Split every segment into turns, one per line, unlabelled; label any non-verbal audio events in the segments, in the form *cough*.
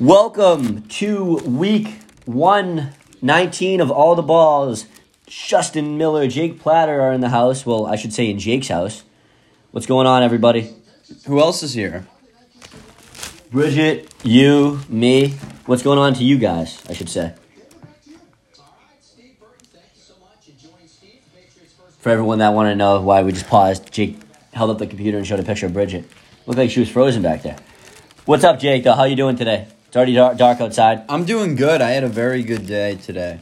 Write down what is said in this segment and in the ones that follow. Welcome to week 119 of All the Balls. Justin Miller, Jake Platter are in the house. Well, I should say in Jake's house. What's going on, everybody?
Who else is here?
Bridget, you, me. What's going on to you guys, I should say? For everyone that wanted to know why we just paused, Jake held up the computer and showed a picture of Bridget. Looked like she was frozen back there. What's up, Jake? Though, how you doing today? It's already dar- dark outside.
I'm doing good. I had a very good day today.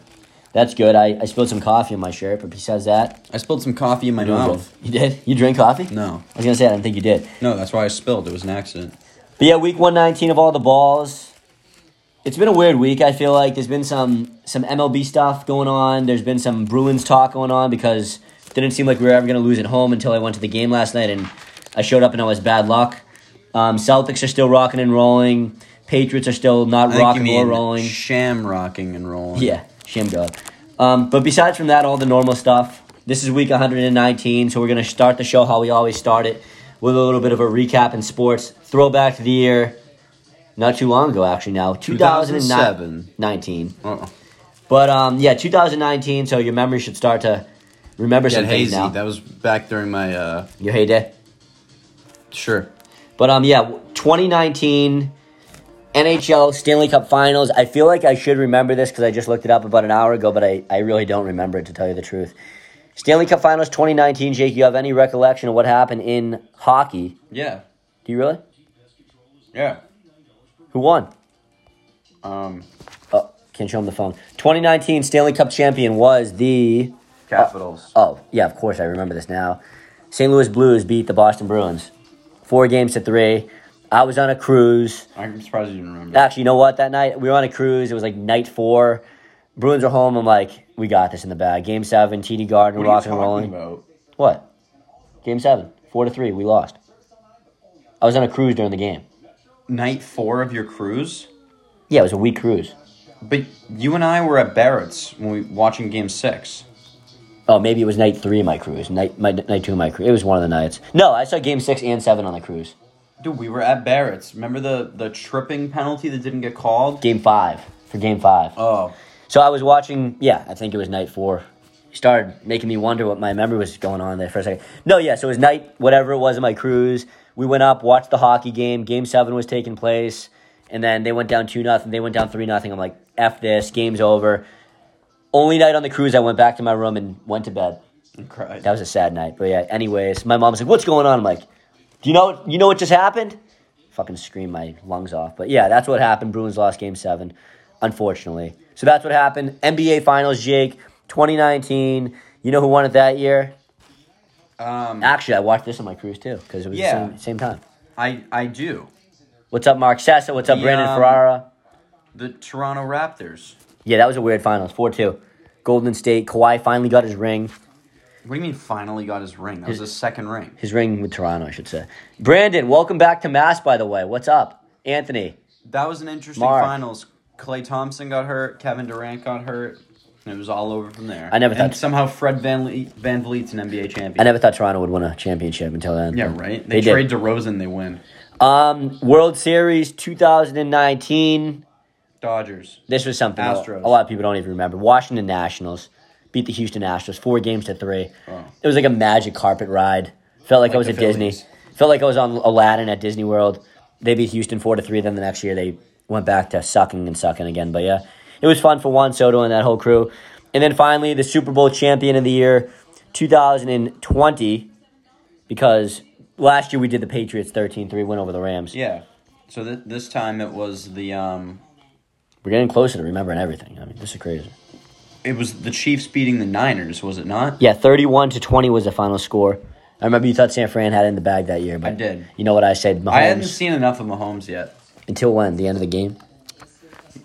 That's good. I, I spilled some coffee in my shirt, but besides that,
I spilled some coffee in my
doing good.
mouth.
You did? *laughs* You drink coffee?
No,
I was gonna say I didn't think you did.
no, that's why I spilled. It was an accident.
But yeah, week one nineteen of all the balls. It's been a weird week. I feel like there's been some some MLB stuff going on. There's been some Bruins talk going on because it didn't seem like we were ever gonna lose at home until I went to the game last night and I showed up and I was bad luck. Um, Celtics are still rocking and rolling. Patriots are still not
I think
rocking
you
or
mean
rolling.
Sham rocking and rolling.
Yeah, sham dog. Um, but besides from that, all the normal stuff. This is week 119, so we're gonna start the show how we always start it with a little bit of a recap in sports. Throwback to the year, not too long ago actually. Now 2007,
2007.
19.
Oh,
But um, yeah, 2019. So your memory should start to remember
get
some things
hazy.
now.
That was back during my uh.
your heyday.
Sure.
But um, yeah, 2019 NHL Stanley Cup Finals. I feel like I should remember this because I just looked it up about an hour ago, but I, I really don't remember it to tell you the truth. Stanley Cup Finals 2019. Jake, you have any recollection of what happened in hockey?
Yeah.
Do you really?
Yeah.
Who won?
Um.
Oh, can't show him the phone. 2019 Stanley Cup champion was the.
Capitals.
Oh yeah, of course I remember this now. St. Louis Blues beat the Boston Bruins, four games to three. I was on a cruise.
I'm surprised you didn't remember.
Actually, you know what? That night we were on a cruise. It was like night four. Bruins are home. I'm like, we got this in the bag. Game seven, TD Garden,
what are you
rock and
talking
rolling.
about?
What? Game seven, four to three. We lost. I was on a cruise during the game.
Night four of your cruise,
Yeah, it was a week cruise.
but you and I were at Barrett's when we watching Game Six.
Oh, maybe it was night three of my cruise. Night, my, night two of my cruise. It was one of the nights. No, I saw game six and seven on the cruise.
Dude, we were at Barrett's. Remember the the tripping penalty that didn't get called?
Game five for game five.
Oh,
So I was watching. Yeah, I think it was night four. He started making me wonder what my memory was going on there for a second. No, yeah, so it was night whatever it was in my cruise. We went up, watched the hockey game. Game seven was taking place, and then they went down two nothing. They went down three nothing. I'm like, f this, game's over. Only night on the cruise, I went back to my room and went to bed.
I cried.
That was a sad night, but yeah. Anyways, my mom's like, "What's going on?" I'm like, "Do you know? You know what just happened?" Fucking scream my lungs off. But yeah, that's what happened. Bruins lost Game Seven, unfortunately. So that's what happened. NBA Finals, Jake, 2019. You know who won it that year?
Um,
Actually, I watched this on my cruise too because it was
Yeah.
the same, same time.
I I do.
What's up, Mark Sessa? What's up,
The,
Brandon
um,
Ferrara?
The Toronto Raptors.
Yeah, that was a weird finals. Four two. Golden State. Kawhi finally got his ring.
What do you mean? Finally got his ring. That was his second ring.
His ring with Toronto, I should say. Brandon, welcome back to Mass, by the way. What's up, Anthony?
That was an interesting
Mark.
finals. Clay Thompson got hurt. Kevin Durant got hurt. And it was all over from there.
I never
and
thought-
somehow Fred Van Le- Van VanVleet's an NBA champion.
I never thought Toronto would win a championship until then.
yeah, right.
They,
They,
did.
trade DeRozan, they win.
Um, World Series 2019.
Dodgers.
This was something a-
Astros.
a lot of people don't even remember. Washington Nationals beat the Houston Astros four games to three.
Wow.
It was like a magic carpet ride. Felt like, I
Oh.
was
Like the
at Disney.
Phillies.
Felt like I was on Aladdin at Disney World. They beat Houston four to three. Then the next year they went back to sucking and sucking again. But yeah, it was fun for Juan Soto and that whole crew. And then finally, the Super Bowl champion of the year, 2020, because last year we did the Patriots 13-3 win over the Rams.
Yeah. So th- this time it was the um,
We're getting closer to remembering everything. I mean, this is crazy.
it was the Chiefs beating the Niners, was it not?
Yeah, thirty-one to twenty was the final score. I remember you thought San Fran had it in the bag that year, but
I did.
You know what I said, Mahomes.
I hadn't seen enough of Mahomes yet.
until when? The end of the game?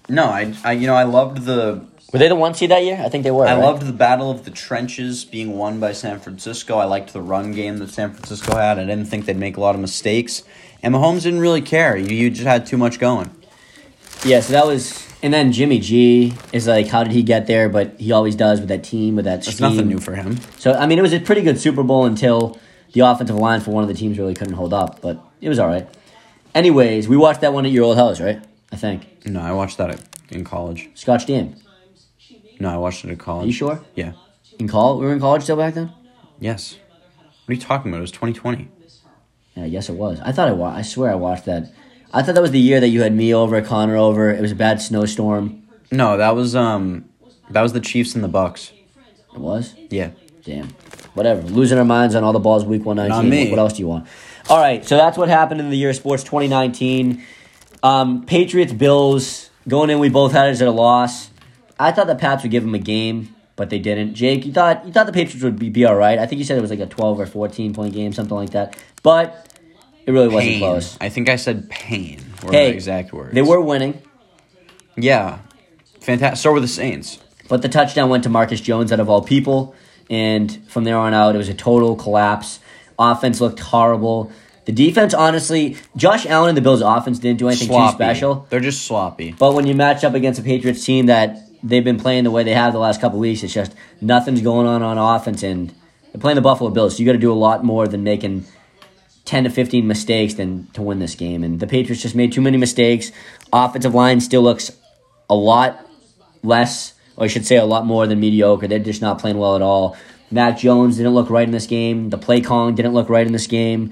No, I, I you know I loved the
Were they the one seed that year? I think they were.
I
right?
loved the battle of the trenches being won by San Francisco. I liked the run game that San Francisco had. I didn't think they'd make a lot of mistakes. And Mahomes didn't really care. You, you just had too much going.
Yeah, so that was, and then Jimmy G is like, how did he get there? But he always does with that team, with that
It's
scheme.
nothing new for him.
So I mean, it was a pretty good Super Bowl until the offensive line for one of the teams really couldn't hold up, but it was all right. Anyways, we watched that one at your old house, right? I I think.
No, I watched that at- in college.
Scotch Dam.
No, I watched it at college.
Are you sure?
Yeah.
In college, we were in college still back then.
Yes. What are you talking about? It was 2020.
Yeah, yes, it was. I thought I wa- I swear I watched that. I thought that was the year that you had me over, Connor over. It was a bad snowstorm.
No, that was um, that was the Chiefs and the Bucks.
It was.
Yeah.
Damn. Whatever. Losing our minds on all the balls week 119.
Not me.
What else do you want? All right. So that's what happened in the year of sports 2019. Um, Patriots, Bills. Going in, we both had it at a loss. I thought the Pats would give them a game, but they didn't. Jake, you thought you thought the Patriots would be, be all right. I think you said it was like a 12 or 14 point game, something like that. But it really wasn't
Pain.
close.
I think I said pain. Were
Hey,
my exact words.
They were winning,
Yeah. Fantastic. So were the Saints.
but the touchdown went to Marcus Jones out of all people. And from there on out, it was a total collapse. Offense looked horrible. The defense, honestly, Josh Allen and the Bills' offense didn't do anything too special.
They're just sloppy.
But when you match up against a Patriots team that they've been playing the way they have the last couple weeks, it's just nothing's going on on offense. And they're playing the Buffalo Bills, so you got to do a lot more than making 10 to 15 mistakes than to win this game. And the Patriots just made too many mistakes. Offensive line still looks a lot less, or I should say, a lot more than mediocre. They're just not playing well at all. Mac Jones didn't look right in this game. The play calling didn't look right in this game.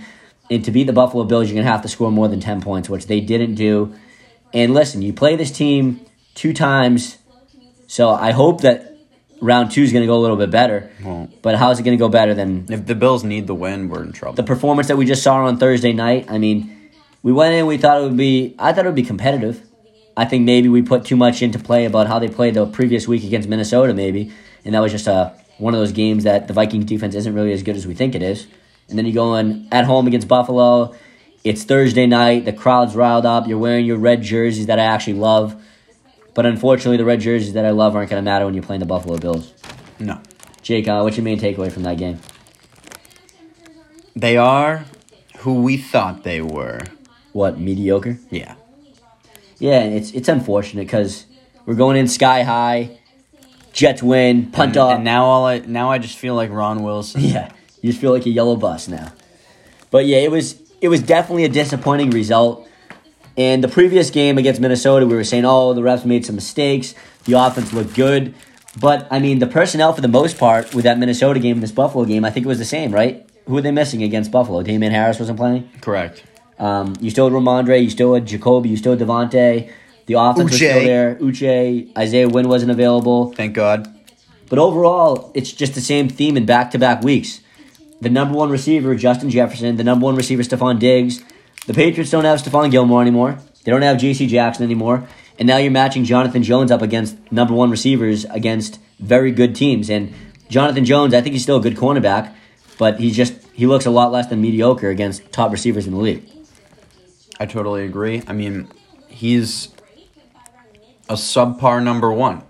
And to beat the Buffalo Bills, you're going to have to score more than 10 points, which they didn't do. And listen, you play this team two times, so I hope that round two is going to go a little bit better.
Won't.
But how is it going to go better than
If the Bills need the win, we're in trouble.
the performance that we just saw on Thursday night. I mean, we went in, we thought it would be, I thought it would be competitive. I think maybe we put too much into play about how they played the previous week against Minnesota, maybe, and that was just uh one of those games that the Vikings defense isn't really as good as we think it is. And then you go in at home against Buffalo. It's Thursday night. The crowd's riled up. You're wearing your red jerseys that I actually love. But unfortunately, the red jerseys that I love aren't going to matter when you're playing the Buffalo Bills.
no.
Jake, uh, what's your main takeaway from that game?
They are who we thought they were.
What, mediocre?
Yeah.
Yeah, and it's it's unfortunate because we're going in sky high. Jets win, punt
And,
off.
and now all I now I just feel like Ron
*laughs*
Wilson.
yeah, you just feel like a yellow bus now. But yeah, it was it was definitely a disappointing result. And the previous game against Minnesota, we were saying, oh, the refs made some mistakes. The offense looked good, but I mean, the personnel for the most part with that Minnesota game, this Buffalo game, I think it was the same, right? Who were they missing against Buffalo? Damian Harris wasn't playing.
Correct.
Um, you still had Ramondre, you still had Jacoby, you still had Devontae. The offense was still
Uche.
there. Uche, Isaiah Wynn wasn't available.
Thank God.
But overall, it's just the same theme in back to back weeks. The number one receiver, Justin Jefferson, the number one receiver, Stephon Diggs. The Patriots don't have Stephon Gilmore anymore. They don't have JC Jackson anymore. And now you're matching Jonathan Jones up against number one receivers against very good teams. And Jonathan Jones, I think he's still a good cornerback, but he's just he looks a lot less than mediocre against top receivers in the league.
I totally agree. I mean, he's a subpar number one.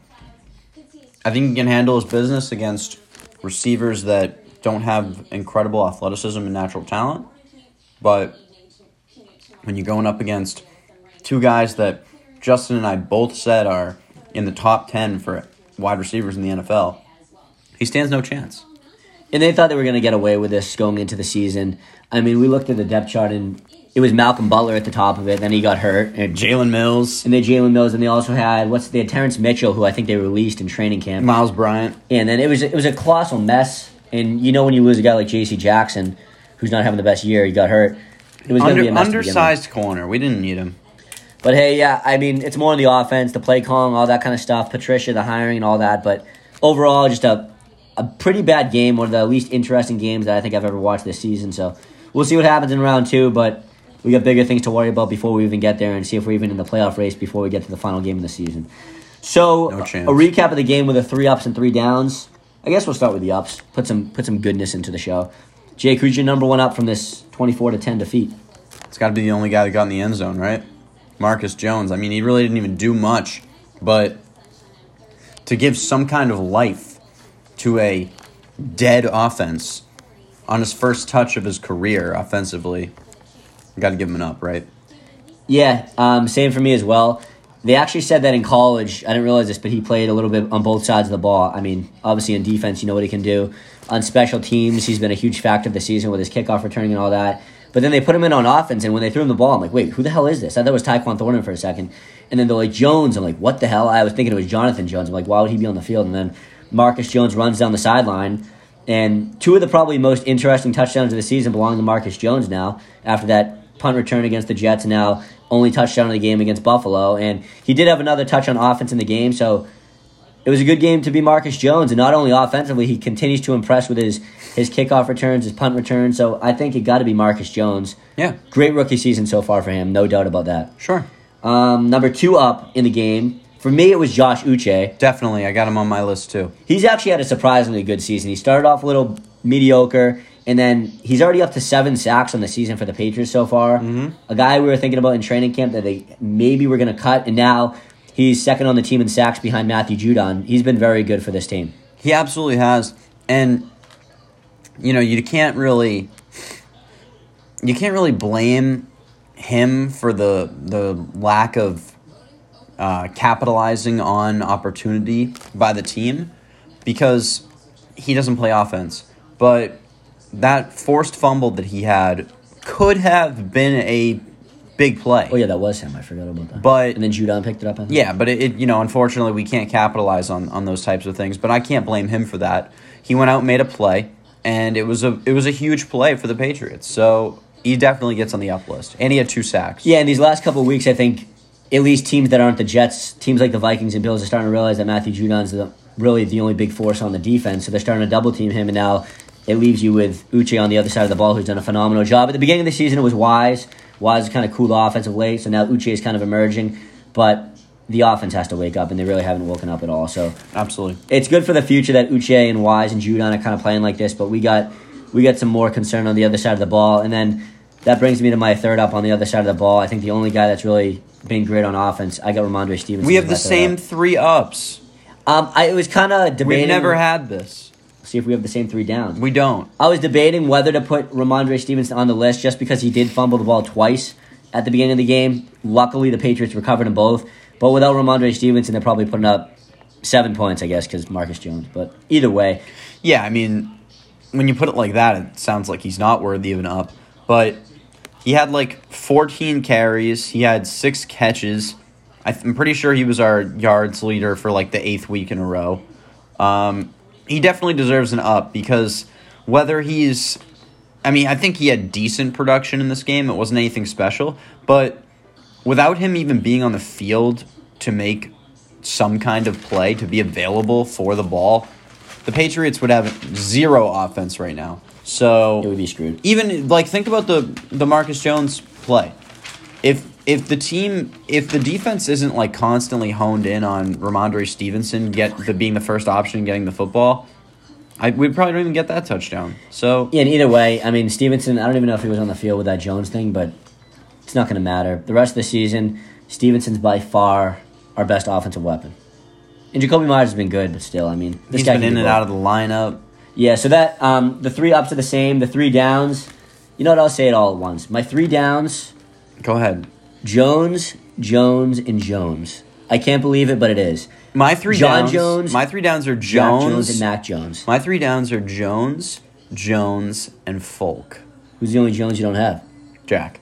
I think he can handle his business against receivers that don't have incredible athleticism and natural talent. But when you're going up against two guys that Justin and I both said are in the top 10 for wide receivers in the NFL, he stands no chance.
And they thought they were going to get away with this going into the season. I mean, we looked at the depth chart, and it was Malcolm Butler at the top of it. Then he got hurt, and, J-
Jalen Mills,
and then Jalen Mills, and they also had what's they had Terrence Mitchell, who I think they released in training camp.
Miles Bryant.
And then it was it was a colossal mess. And you know when you lose a guy like J.C. Jackson, who's not having the best year, he got hurt. It was going to
Under,
be a mess to begin with.
undersized corner. We didn't need him.
But hey, yeah, I mean, it's more on the offense, the play calling, all that kind of stuff, Patricia, the hiring, and all that. But overall, just a, a pretty bad game, one of the least interesting games that I think I've ever watched this season. So we'll see what happens in round two, but we got bigger things to worry about before we even get there and see if we're even in the playoff race before we get to the final game of the season. So
No
a
chance.
recap of the game with the three ups and three downs. I guess we'll start with the ups. Put some put some goodness into the show. Jake, who's your number one up from this twenty four to ten defeat?
It's got to be the only guy that got in the end zone, right? Marcus Jones. I mean, he really didn't even do much, but to give some kind of life to a dead offense on his first touch of his career offensively, you got to give him an up, right?
Yeah, um, same for me as well. They actually said that in college. I didn't realize this, but he played a little bit on both sides of the ball. I mean, obviously in defense, you know what he can do. On special teams, he's been a huge factor this season with his kickoff returning and all that. But then they put him in on offense, and when they threw him the ball, I'm like, wait, who the hell is this? I thought it was Tyquan Thornton for a second. And then they're like, Jones. I'm like, what the hell? I was thinking it was Jonathan Jones. I'm like, why would he be on the field? And then Marcus Jones runs down the sideline. And two of the probably most interesting touchdowns of the season belong to Marcus Jones now after that punt return against the Jets. Now, only touchdown of the game against Buffalo. And he did have another touch on offense in the game. So it was a good game to be Marcus Jones, and not only offensively, he continues to impress with his his kickoff returns, his punt returns. So I think it got to be Marcus Jones.
Yeah,
Great rookie season so far for him, no doubt about that.
sure.
Um, number two up in the game for me, it was Josh Uche.
Definitely. I got him on my list too.
He's actually had a surprisingly good season. He started off a little mediocre, and then he's already up to seven sacks on the season for the Patriots so far. Mm-hmm. A guy we were thinking about in training camp that they maybe were going to cut, and now he's second on the team in sacks behind Matthew Judon. He's been very good for this team.
He absolutely has. And you know, you can't really you can't really blame him for the the lack of uh, capitalizing on opportunity by the team because he doesn't play offense. But that forced fumble that he had could have been a big play.
Oh yeah, that was him. I forgot about that.
But
and then Judon picked it up. I think.
Yeah, but it, it you know unfortunately we can't capitalize on on those types of things. But I can't blame him for that. He went out and made a play, and it was a it was a huge play for the Patriots. So he definitely gets on the up list, and he had two sacks.
Yeah, in these last couple of weeks, I think at least teams that aren't the Jets, teams like the Vikings and Bills, are starting to realize that Matthew Judon's the, really the only big force on the defense. So they're starting to double team him, and now it leaves you with Uche on the other side of the ball, who's done a phenomenal job. At the beginning of the season, it was Wise. Wise is kind of cool off as of late, so now Uche is kind of emerging, but the offense has to wake up, and they really haven't woken up at all. So
absolutely.
it's good for the future that Uche and Wise and Judon are kind of playing like this, but we got we got some more concern on the other side of the ball, and then that brings me to my third up on the other side of the ball. I think the only guy that's really been great on offense, I got Ramondre Stevenson.
We have
as
the
my
same
third
three ups.
up. Um, I it was kind of debating.
We've never had this.
see if we have the same three downs.
We don't.
I was debating whether to put Ramondre Stevenson on the list just because he did fumble the ball twice at the beginning of the game. Luckily, the Patriots recovered them both. But without Ramondre Stevenson, they're probably putting up seven points, I guess, because Marcus Jones. But either way,
Yeah, I mean, when you put it like that, it sounds like he's not worthy of an up. But he had like 14 carries. He had six catches. I th- I'm pretty sure he was our yards leader for like the eighth week in a row. Um, he definitely deserves an up because whether he's, I mean, I think he had decent production in this game. It wasn't anything special, but without him even being on the field to make some kind of play to be available for the ball, the Patriots would have zero offense right now.
it would
So
be screwed.
even like think about the the Marcus Jones play. If if the team if the defense isn't like constantly honed in on Ramondre Stevenson get the being the first option getting the football, I we probably don't even get that touchdown. So
Yeah, and either way, I mean Stevenson. I don't even know if he was on the field with that Jones thing, but it's not going to matter. The rest of the season, Stevenson's by far our best offensive weapon, and Jacoby Myers has been good, but still, I mean, this
he's
guy
been
can
in
do
and
both.
out of the lineup.
Yeah, so that um, the three ups are the same. The three downs. You know what? I'll say it all at once. My three downs:
Go ahead.
Jones, Jones, and Jones. I can't believe it, but it is.
My three
John
downs.
Jones,
My three downs are
Mac
Jones.
Jones and Mac Jones.
my three downs are Jones, Jones, and Folk.
Who's the only Jones you don't have?
Jack.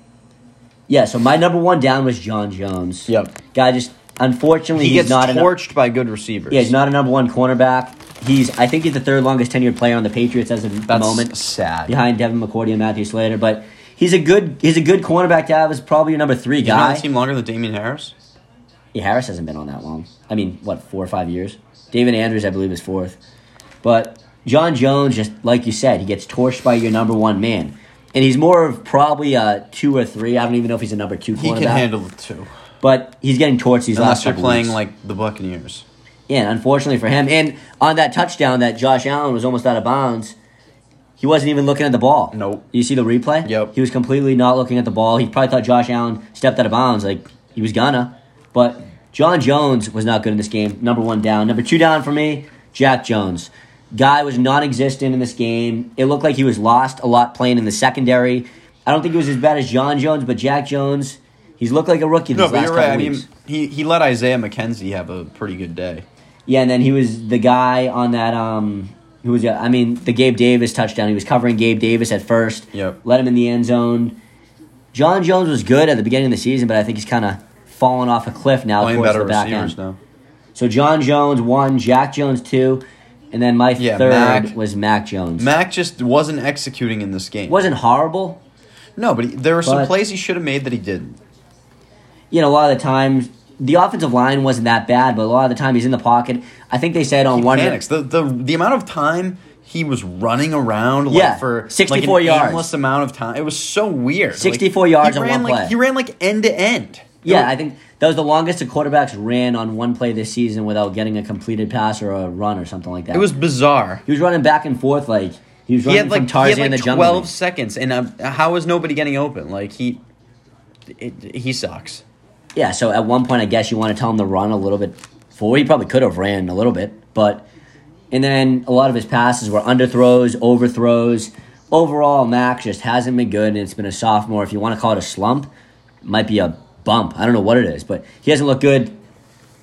Yeah. So my number one down was John Jones.
Yep.
Guy just unfortunately
He
he's
gets
not an-
torched by good receivers.
Yeah, he's not a number one cornerback. He's I think he's the third longest tenured player on the Patriots as of the
That's
moment,
sad.
behind Devin McCourty and Matthew Slater. But he's a good he's a good cornerback to have. Is probably your number three
He's been on
guy.
the team longer than Damien Harris.
Yeah, Harris hasn't been on that long. I mean, what four or five years? David Andrews, I believe, is fourth. But John Jones, just like you said, he gets torched by your number one man, and he's more of probably a two or three. I don't even know if he's a number two cornerback.
He can handle the two.
but he's getting torched these last.
Unless you're
couple
playing
weeks.
like the Buccaneers.
Yeah, and unfortunately for him. And on that touchdown that Josh Allen was almost out of bounds, he wasn't even looking at the ball.
Nope.
You see the replay?
Yep.
He was completely not looking at the ball. He probably thought Josh Allen stepped out of bounds, like he was gonna. But John Jones was not good in this game. Number one down. Number two down for me, Jack Jones. Guy was non existent in this game. It looked like he was lost a lot playing in the secondary. I don't think he was as bad as John Jones, but Jack Jones, he's looked like a rookie these
No, but
last
you're
couple
right. I
weeks.
mean, he, he let Isaiah McKenzie have a pretty good day.
Yeah, and then he was the guy on that um who was the I mean the Gabe Davis touchdown. He was covering Gabe Davis at first.
Yep.
Let him in the end zone. John Jones was good at the beginning of the season, but I think he's kind of fallen off a cliff now
Playing
towards
better
the back
receivers
end.
now.
So John Jones one, Jack Jones two, and then my
Yeah,
third
Mac.
was Mac Jones.
Mac just wasn't executing in this game.
wasn't horrible.
No, but he, there were some
But-
plays he should have made that he didn't.
You know, a lot of the times the offensive line wasn't that bad, but a lot of the time he's in the pocket. I think they said on one
Panics. The, the the amount of time he was running around like
Yeah,
for
64
like an
yards.
endless amount of time. It was so weird. Like,
64 yards
he
on one
ran like,
play.
He ran like end to end.
Yeah, I think that was the longest the quarterbacks ran on one play this season without getting a completed pass or a run or something like that.
It was bizarre.
he was running back and forth like he was
He
running
had like
from
he had
Tarzan
like
the jungle.
twelve seconds, and um, how is nobody getting open? Like he, it, he sucks.
Yeah, so at one point I guess you want to tell him to run a little bit forward. He probably could have ran a little bit, but and then a lot of his passes were underthrows, overthrows. Overall, Mac just hasn't been good, and it's been a sophomore. If you want to call it a slump, it might be a bump. I don't know what it is, but he hasn't looked good.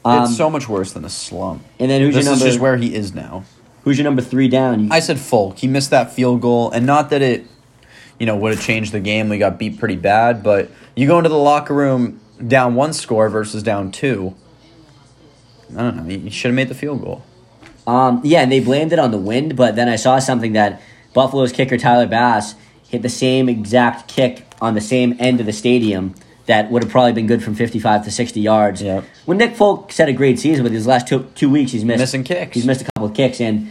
Um,
it's so much worse than a slump.
and then who's
this
your
is
number-
just where he is now.
Who's your number three down? You-
I said Folk. He missed that field goal, and not that it, you know, would have changed the game. We got beat pretty bad, but you go into the locker room down one score versus down two. I don't know. You should have made the field goal.
Um, yeah, and they blamed it on the wind, but then I saw something that Buffalo's kicker Tyler Bass hit the same exact kick on the same end of the stadium that would have probably been good from 55 to 60 yards.
Yep.
When Nick Folk had a great season, but these last two, two weeks he's missed
Missing kicks.
He's missed a couple of kicks, and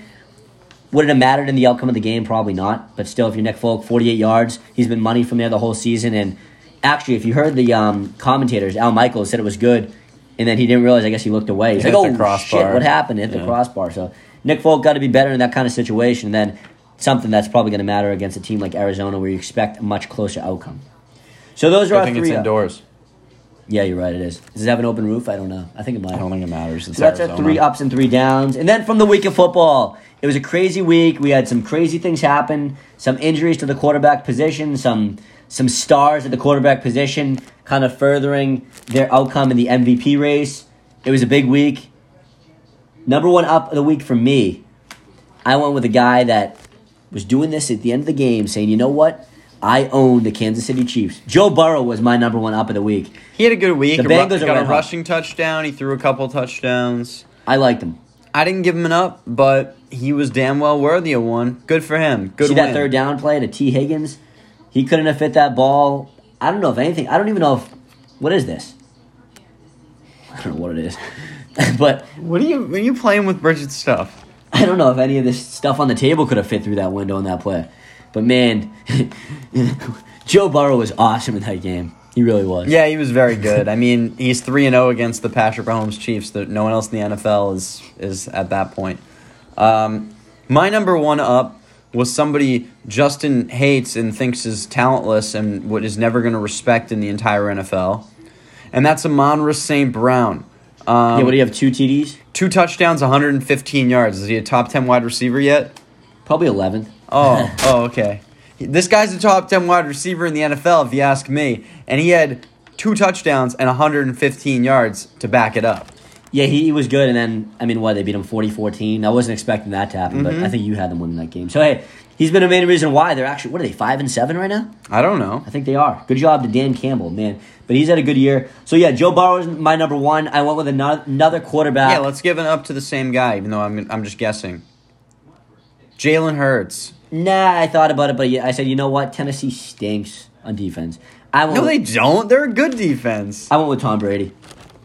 would it have mattered in the outcome of the game? Probably not. But still, if you're Nick Folk, 48 yards, he's been money from there the whole season. And actually, if you heard the um, commentators, Al Michaels said it was good, and then he didn't realize. I guess he looked away. He's
Hit
like,
the
"Oh
crossbar."
shit, what happened?" Hit the
Yeah.
crossbar. So Nick Folk got to be better in that kind of situation than something that's probably going to matter against a team like Arizona, where you expect a much closer outcome. So those are
I
our
think
three. uh,
it's indoors.
Yeah, you're right. It is. Does it have an open roof? I don't know. I think it might.
I don't think it matters. It's
So that's our
Arizona.
three ups and three downs. And then from the week of football, it was a crazy week. We had some crazy things happen, some injuries to the quarterback position, some some stars at the quarterback position, kind of furthering their outcome in the MVP race. It was a big week. Number one up of the week for me, I went with a guy that was doing this at the end of the game, saying, "You know what? I own the Kansas City Chiefs." Joe Burrow was my number one up of the week.
He had a good week.
The
He ru-
Bengals are
got
red
a
hot.
rushing touchdown. He threw a couple touchdowns.
I liked him.
I didn't give him an up, but he was damn well worthy of one. Good for him. Good
See
win.
that third down play to T. Higgins? He couldn't have fit that ball. I don't know if anything. I don't even know if. What is this? I don't know what it is. *laughs* but
What are you? What are you playing with Bridget's stuff?
I don't know if any of this stuff on the table could have fit through that window in that play. But man, *laughs* Joe Burrow was awesome in that game. He really was.
Yeah, he was very good. I mean, he's three and zero against the Patrick Mahomes Chiefs. That no one else in the NFL is is at that point. Um, my number one up was somebody Justin hates and thinks is talentless and what is never going to respect in the entire NFL, and that's Amonra St. Brown. Um,
Yeah, what do you have? Two TDs?
two touchdowns, 115 yards. Is he a top 10 wide receiver yet?
Probably 11th.
Oh, oh, okay. This guy's a top 10 wide receiver in the NFL, if you ask me. And he had two touchdowns and 115 yards to back it up.
Yeah, he, he was good. And then, I mean, what? They beat him 40 14. I wasn't expecting that to happen,
Mm-hmm.
but I think you had them winning that game. So, hey, he's been a main reason why they're actually, what are they, 5 and 7 right now?
I don't know.
I think they are. Good job to Dan Campbell, man. But he's had a good year. So yeah, Joe Burrow is my number one. I went with another, another quarterback.
Yeah, let's give it up to the same guy, even though I'm, I'm just guessing. Jalen Hurts.
nah, I thought about it, but yeah, I said, you know what? Tennessee stinks on defense. I went.
No,
with,
they don't. They're a good defense.
I went with Tom Brady.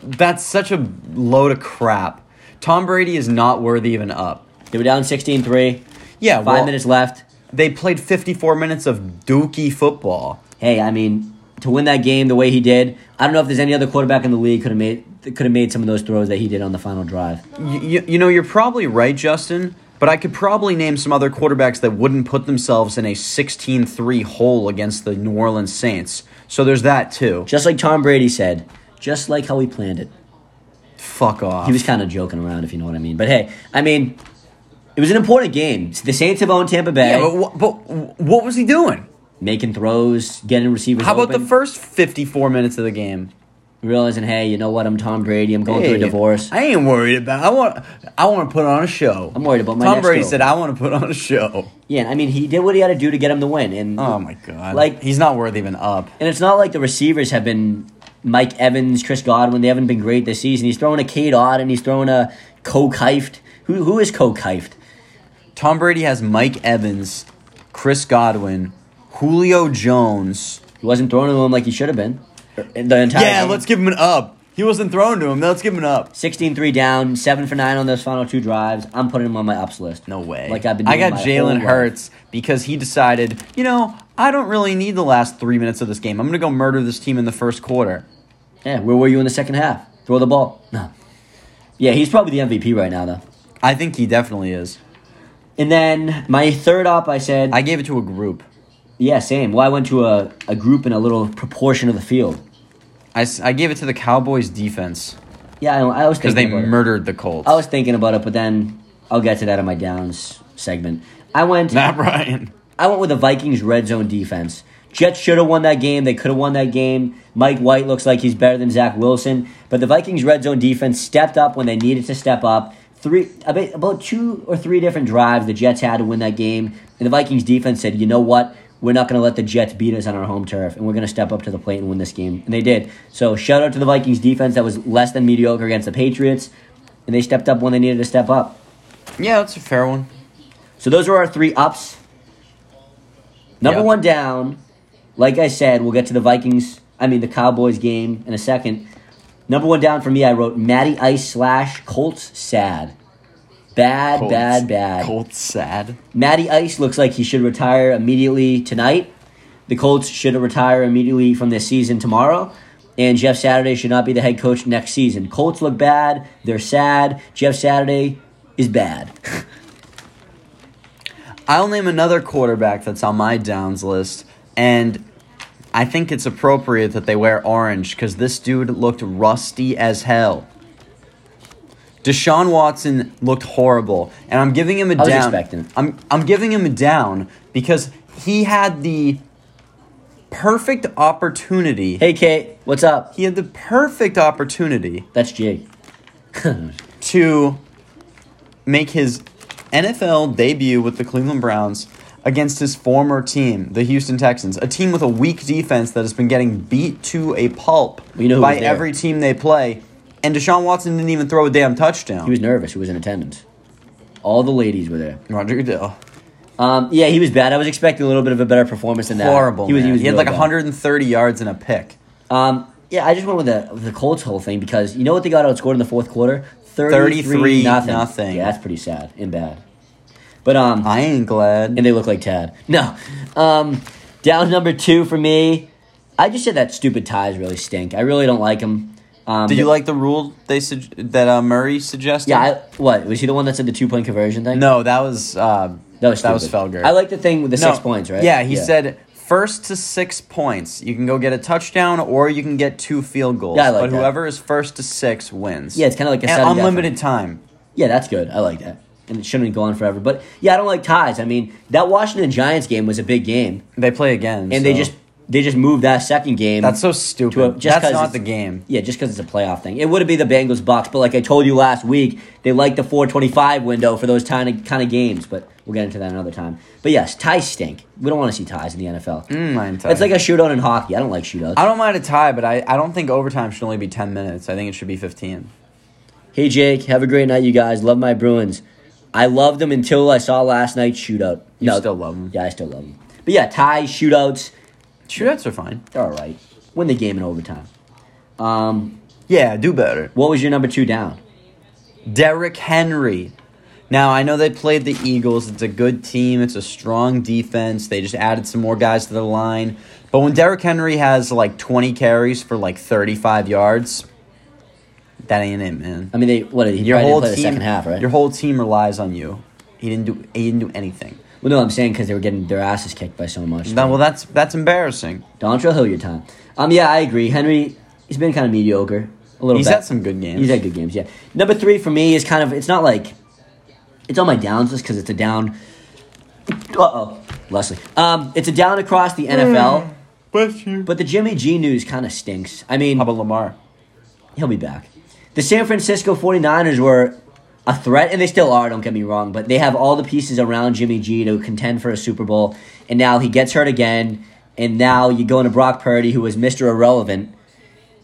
That's such a load of crap. Tom Brady is not worthy of an up.
They were down 16-3. Five
Yeah, Five
minutes left.
They played 54 minutes of dookie football.
Hey, I mean, to win that game the way he did, I don't know if there's any other quarterback in the league could have made could have made some of those throws that he did on the final drive.
You, you, you know, you're probably right, Justin, but I could probably name some other quarterbacks that wouldn't put themselves in a 16 3 hole against the New Orleans Saints. So there's that, too.
Just like Tom Brady said, just like how he planned it.
Fuck off.
He was kind of joking around, if you know what I mean. But hey, I mean, it was an important game. The Saints have owned Tampa Bay,
yeah, but, wha- but wh- what was he doing?
making throws, getting receivers.
How about the
open.
first 54 minutes of the game?
realizing, hey, you know what? I'm Tom Brady. I'm going through a
Hey,
divorce.
I ain't worried about. I want. I want to put on a show.
I'm worried about my
Tom
next
Brady
show.
said I want to put on a show.
Yeah, I mean, he did what he had to do to get him the win, and
Oh my god!
Like-
Like he's not worth even up.
and it's not like the receivers have been Mike Evans, Chris Godwin. They haven't been great this season. He's throwing a Kate Odd, and he's throwing a Kokeift. Who who is Kokeift?
Tom Brady has Mike Evans, Chris Godwin, Julio Jones.
He wasn't throwing to him like he should have been. The entire
Yeah,
game.
let's give him an up. He wasn't thrown to him. Let's give him an up.
16-3 down, seven for nine on those final two drives. I'm putting him on my ups list.
No way.
Like I've been.
I
doing
got
my
Jalen
whole life.
Hurts because he decided, you know, I don't really need the last three minutes of this game. I'm gonna go murder this team in the first quarter.
Yeah, where were you in the second half? Throw the ball. *laughs* No. Yeah, he's probably the MVP right now though.
I think he definitely is.
And then my third op, I said,
I gave it to a group.
yeah, same. Well, I went to a, a group in a little proportion of the field.
I, s- I gave it to the Cowboys defense
Yeah, I, I was
because
thinking
they
about it.
murdered the Colts.
I was thinking about it, but then I'll get to that in my downs segment. I went.
not
*laughs*
Ryan.
I went with the Vikings red zone defense. Jets should have won that game. They could have won that game. Mike White looks like he's better than Zach Wilson, but the Vikings red zone defense stepped up when they needed to step up. Three about, about two or three different drives the Jets had to win that game, and the Vikings defense said, "You know what? We're not going to let the Jets beat us on our home turf, and we're going to step up to the plate and win this game." And they did. So shout out to the Vikings defense that was less than mediocre against the Patriots, and they stepped up when they needed to step up.
Yeah, that's a fair one.
So those are our three ups. Number
Yeah.
one down. Like I said, we'll get to the Vikings. I mean the Cowboys game in a second. Number one down for me. I wrote Matty Ice slash Colts sad. Bad,
Colts.
bad, bad.
Colts sad.
Matty Ice looks like he should retire immediately tonight. The Colts should retire immediately from this season tomorrow. And Jeff Saturday should not be the head coach next season. Colts look bad. They're sad. Jeff Saturday is bad.
I'll name another quarterback that's on my downs list, and I think it's appropriate that they wear orange because this dude looked rusty as hell. Deshaun Watson looked horrible, and I'm giving him a
was
down.
expecting it.
I'm I'm giving him a down because he had the perfect opportunity.
Hey, Kate, what's up?
He had the perfect opportunity
That's Jake.
to make his NFL debut with the Cleveland Browns against his former team, the Houston Texans, a team with a weak defense that has been getting beat to a pulp
We know who
by
was there.
every team they play. And Deshaun Watson didn't even throw a damn touchdown.
He was nervous. He was in attendance. All the ladies were there.
Roger Goodell.
Um, yeah, he was bad. I was expecting a little bit of a better performance than that.
Horrible.
He was. He
man.
was
He had
really
like
bad.
130 yards and a pick.
Um, yeah, I just went with the with the Colts whole thing because you know what they got outscored in the fourth quarter.
33
nothing.
nothing.
Yeah, that's pretty sad and bad. But um,
I ain't glad.
and they look like Tad. *laughs* No, um, down number two for me. I just said that stupid ties really stink. I really don't like them. Um,
Did you like the rule they sug- that uh, Murray suggested?
Yeah, I, what was he the one that said the two point conversion thing?
no, that was uh,
that was
that was
stupid.
Felger.
I like the thing with the
No.
six points, right?
Yeah, he said first to six points, you can go get a touchdown or you can get two field goals.
Yeah, I like
but
that.
whoever is first to six wins.
Yeah, it's kinda like a
And
sudden death
unlimited time.
Yeah, that's good. I like that. And it shouldn't go on forever. But yeah, I don't like ties. I mean, that Washington Giants game was a big game,
They play again,
and
so-
they just they just moved that second game.
that's so
to a-
stupid.
just 'cause
that's not
it's-
the game.
Yeah, just because it's a playoff thing. It would be the Bengals box, but like I told you last week, they like the 425 window for those kind of kind of games. But we'll get into that another time. But yes, ties stink. We don't want to see ties in the NFL.
Mm, I ain't
It's like
tired.
a shootout in hockey. I don't like shootouts.
I don't mind a tie, but I, I don't think overtime should only be ten minutes. I think it should be fifteen.
Hey Jake, have a great night, you guys. Love my Bruins. I loved them until I saw last night's shootout.
You still love 'em.
Yeah, I still love them. But yeah, ties, shootouts,
Shootouts are fine.
they're all right. Win the game in overtime. Um,
Yeah, do better.
what was your number two down?
Derrick Henry. Now, I know they played the Eagles. It's a good team. It's a strong defense. They just added some more guys to the line. But when Derrick Henry has like 20 carries for like 35 yards, that ain't it, man.
I mean, they what? He
Your
probably
whole
didn't play the
team,
second half, right?
Your whole team relies on you. He didn't do he didn't do anything.
well, no, I'm saying because they were getting their asses kicked by so much.
Now, well, that's that's embarrassing.
Dontrell Hilliard time. Um, yeah, I agree. Henry, he's been kind of mediocre. A little.
He's
bit.
had some good games.
He's had good games. Yeah. Number three for me is kind of. It's not like. It's on my downs list because it's a down. Uh oh, Leslie. Um, it's a down across the NFL,
Bless you.
but the Jimmy G news kind of stinks. I mean,
How about Lamar?
He'll be back. The San Francisco 49ers were a threat, and they still are, don't get me wrong, but they have all the pieces around Jimmy G to contend for a Super Bowl, and now he gets hurt again, and now you go into Brock Purdy, who was Mr. Irrelevant.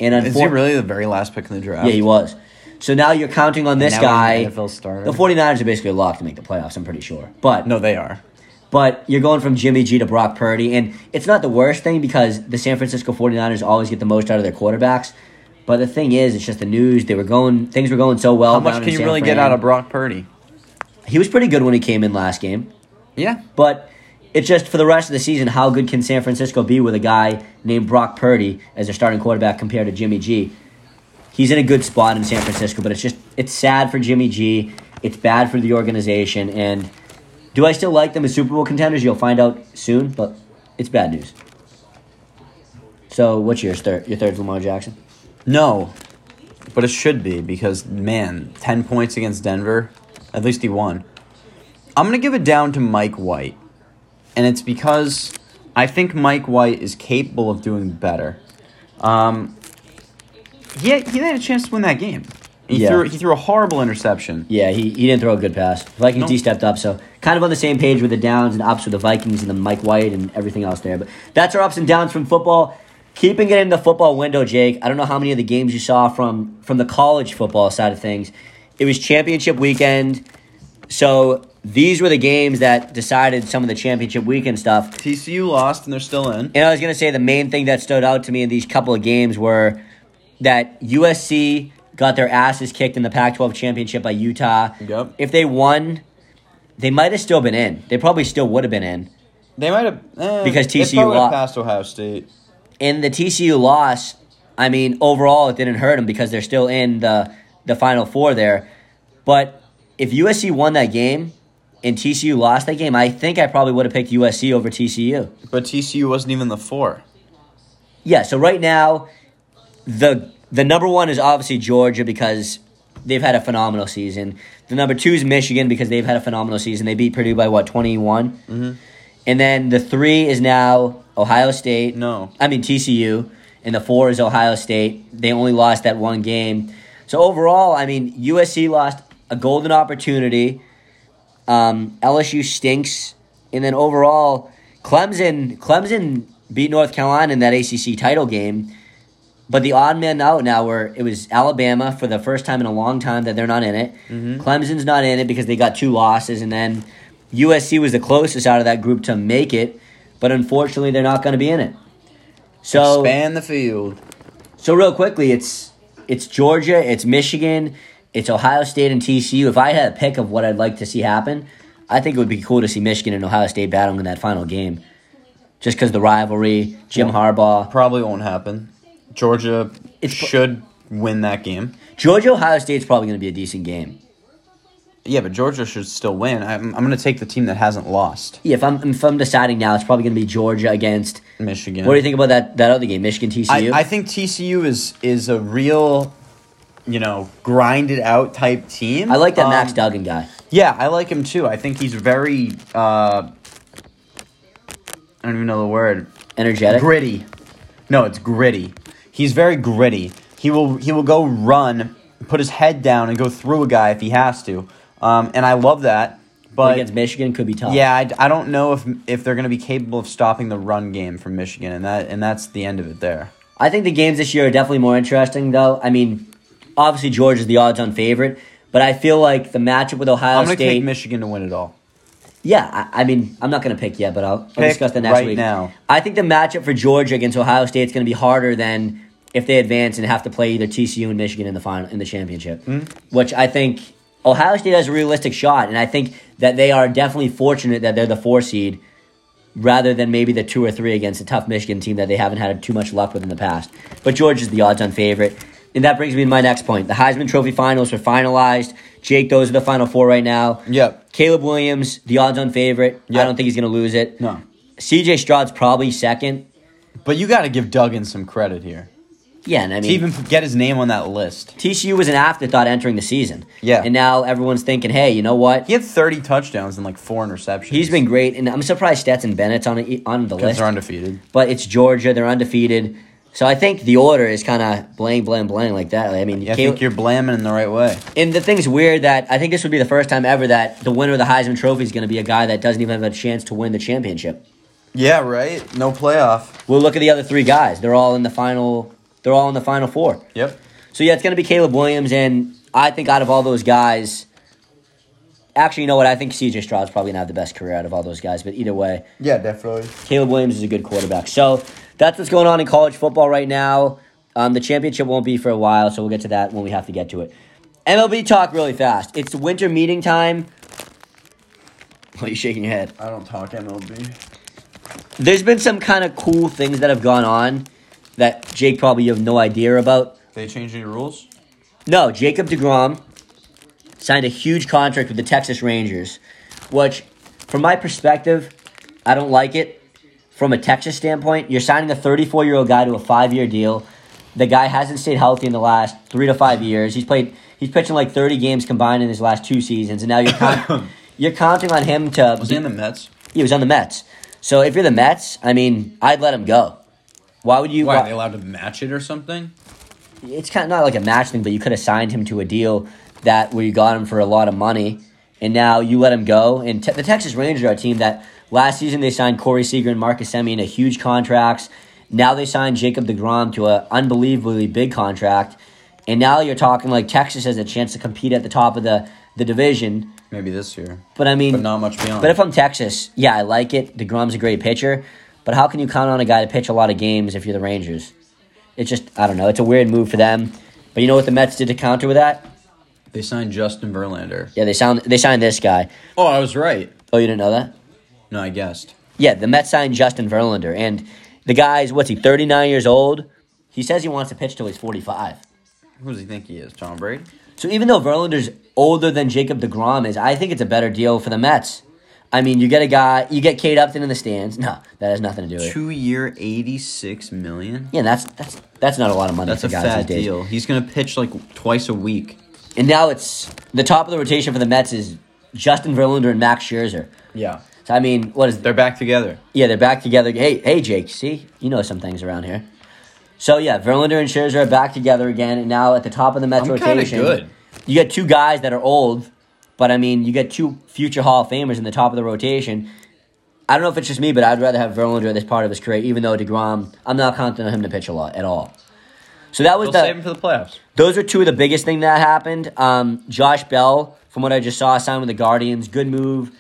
And
Is he
unfortunately,
really the very last pick in the draft?
yeah, he was. So now you're counting on this
now
guy.
he's an NFL starter.
The 49ers are basically locked to make the playoffs, I'm pretty sure. But
No, they are.
but you're going from Jimmy G to Brock Purdy, and it's not the worst thing because the San Francisco 49ers always get the most out of their quarterbacks. But the thing is, it's just the news. They were going, things were going so well.
How much
down
can
in
you
San
really get
Fran.
out of Brock Purdy?
He was pretty good when he came in last game,
Yeah.
but it's just for the rest of the season. How good can San Francisco be with a guy named Brock Purdy as their starting quarterback compared to Jimmy G? He's in a good spot in San Francisco, but it's just it's sad for Jimmy G. It's bad for the organization, and do I still like them as Super Bowl contenders? You'll find out soon, but it's bad news. So, what's yours? Third, your third's Lamar Jackson.
No, but it should be because man, ten points against Denver. At least he won. I'm gonna give it down to Mike White, and it's because I think Mike White is capable of doing better. Um, he had, he had a chance to win that game. He
Yeah.
threw he threw a horrible interception.
Yeah, he, he didn't throw a good pass. Vikings
No.
D stepped up, so kind of on the same page with the downs and ups with the Vikings and the Mike White and everything else there. But that's our ups and downs from football. Keeping it in the football window, Jake. I don't know how many of the games you saw from from the college football side of things. It was championship weekend, so these were the games that decided some of the championship weekend stuff.
TCU lost and they're still in.
And I was going to say the main thing that stood out to me in these couple of games were that USC got their asses kicked in the Pac 12 championship by Utah.
Yep.
If they won, they might have still been in. They probably still would have been in.
They might have eh,
Because
they
TCU
probably
lost.
passed Ohio State.
And the TCU loss, I mean, overall, it didn't hurt them because they're still in the, the Final Four there. But if USC won that game and TCU lost that game, I think I probably would have picked USC over TCU.
But TCU wasn't even the four.
Yeah, so right now the the number 1 is obviously Georgia because they've had a phenomenal season. The number 2 is Michigan because they've had a phenomenal season. They beat Purdue by what, 21? Mm-hmm. And then the 3 is now Ohio State.
No.
I mean TCU, and the 4 is Ohio State. They only lost that one game. So overall, I mean, USC lost a golden opportunity. Um, LSU stinks, and then overall, Clemson Clemson beat North Carolina in that ACC title game. But the odd man out now, where it was Alabama for the first time in a long time that they're not in it. Clemson's not in it because they got two losses, and then USC was the closest out of that group to make it, but unfortunately, they're not going to be in it. So
Span the field.
so real quickly, it's it's Georgia, it's Michigan, it's Ohio State and TCU. If I had a pick of what I'd like to see happen, I think it would be cool to see Michigan and Ohio State battling in that final game, just because the rivalry, Jim Harbaugh,
Probably won't happen. Georgia
It's-
should win that game.
Georgia, Ohio State's probably going to be a decent game.
Yeah, but Georgia should still win. I'm, I'm going to take the team that hasn't lost.
Yeah, if I'm if I'm deciding now, it's probably going to be Georgia against.
Michigan.
What do you think about that that other game, Michigan TCU?
I, I think TCU is is a real, you know, grinded out type team.
I like that
Um,
Max Duggan guy.
Yeah, I like him too. I think he's very. Uh, I don't even know the word.
Energetic.
Gritty. No, it's gritty. He's very gritty. He will he will go run, put his head down, and go through a guy if he has to. Um, and I love that. But
against Michigan could be tough.
yeah, I, I don't know if if they're going to be capable of stopping the run game from Michigan, and that and that's the end of it there.
I think the games this year are definitely more interesting, though. I mean, obviously Georgia's the odds-on favorite, but I feel like the matchup with Ohio
I'm going to
State.
take Michigan to win it all.
yeah, I, I mean, I'm not going to pick yet, but I'll, I'll
Pick
discuss that next
right
week.
now.
I think the matchup for Georgia against Ohio State is going to be harder than if they advance and have to play either TCU and Michigan in the final in the championship,
Hmm?
which I think Ohio State has a realistic shot, and I think that they are definitely fortunate that they're the four seed rather than maybe the two or three against a tough Michigan team that they haven't had too much luck with in the past. But George is the odds-on favorite, and that brings me to my next point. The Heisman Trophy finals are finalized. Jake, those are the final four right now.
Yep.
Caleb Williams, the odds-on favorite. I
Yep.
don't think he's going to lose it.
No.
CJ Stroud's probably second.
But you got to give Duggan some credit here.
Yeah, and I
To
mean,
even get his name on that list.
TCU was an afterthought entering the season.
Yeah.
And now everyone's thinking, hey, you know what?
He had 30 touchdowns and like four interceptions.
He's been great, and I'm surprised Stetson Bennett's on, a, on the
because
list.
they're undefeated.
but it's Georgia. They're undefeated. So I think the order is kind of blank, blank, blank like that. Like, I mean, you
Yeah, I
can't-
think you're blaming in the right way.
and the thing's weird that I think this would be the first time ever that the winner of the Heisman Trophy is going to be a guy that doesn't even have a chance to win the championship.
Yeah, right. No playoff.
We'll look at the other three guys. They're all in the final. They're all in the final four.
Yep.
So yeah, it's going to be Caleb Williams, and I think out of all those guys, actually, you know what? I think C.J. Stroud's probably gonna have the best career out of all those guys. But either way,
Yeah, definitely.
Caleb Williams is a good quarterback. So that's what's going on in college football right now. Um, the championship won't be for a while, so we'll get to that when we have to get to it. MLB talk really fast. It's winter meeting time. Why are you shaking your head?
I don't talk MLB.
There's been some kind of cool things that have gone on that Jake probably you have no idea about.
They changed any rules?
No, Jacob DeGrom signed a huge contract with the Texas Rangers, which, from my perspective, I don't like it. From a Texas standpoint, you're signing a 34 year old guy to a five year deal. The guy hasn't stayed healthy in the last three to five years. He's played. He's pitching like 30 games combined in his last two seasons, and now you're
*laughs*
con- you're counting on him to.
Was he in the Mets?
he was on the Mets. So if you're the Mets, I mean, I'd let him go. Why would you?
Why
why-
are they allowed to match it or something?
it's kind of not like a match thing, but you could have signed him to a deal that where you got him for a lot of money, and now you let him go. And te- the Texas Rangers are a team that last season they signed Corey Seager and Marcus Semien to huge contracts. Now they signed Jacob DeGrom to an unbelievably big contract, and now you're talking like Texas has a chance to compete at the top of the the division.
Maybe this year,
But I mean,
but not much beyond.
but if I'm Texas, yeah, I like it. DeGrom's a great pitcher, but how can you count on a guy to pitch a lot of games if you're the Rangers? It's just I don't know. It's a weird move for them. But you know what the Mets did to counter with that?
they signed Justin Verlander.
Yeah, they sound they signed this guy.
Oh, I was right.
Oh, you didn't know that?
No, I guessed.
Yeah, the Mets signed Justin Verlander, and the guy's what's he? Thirty nine years old. He says he wants to pitch till he's forty five.
Who does he think he is? Tom Brady.
So even though Verlander's older than Jacob DeGrom is, I think it's a better deal for the Mets. I mean, you get a guy, you get Kate Upton in the stands. No, that has nothing to do with it.
Two year, eighty six million.
Yeah, that's that's that's not a lot of money
That's
for
a
guys
fat
these days.
deal. He's gonna pitch like twice a week.
And now it's the top of the rotation for the Mets is Justin Verlander and Max Scherzer.
Yeah,
So I mean, what is
they're back together.
yeah, they're back together. Hey, hey, Jake, see, you know some things around here. So yeah, Verlander and Scherzer are back together again, and now at the top of the Mets
I'm kinda
rotation,
good.
you got two guys that are old, but I mean, you got two future Hall of Famers in the top of the rotation. I don't know if it's just me, but I'd rather have Verlander at this part of his career, even though Degrom, I'm not counting on him to pitch a lot at all. So that was
They'll
the
save him for the playoffs.
those are two of the biggest thing that happened. Um, Josh Bell, from what I just saw, signed with the Guardians. Good move.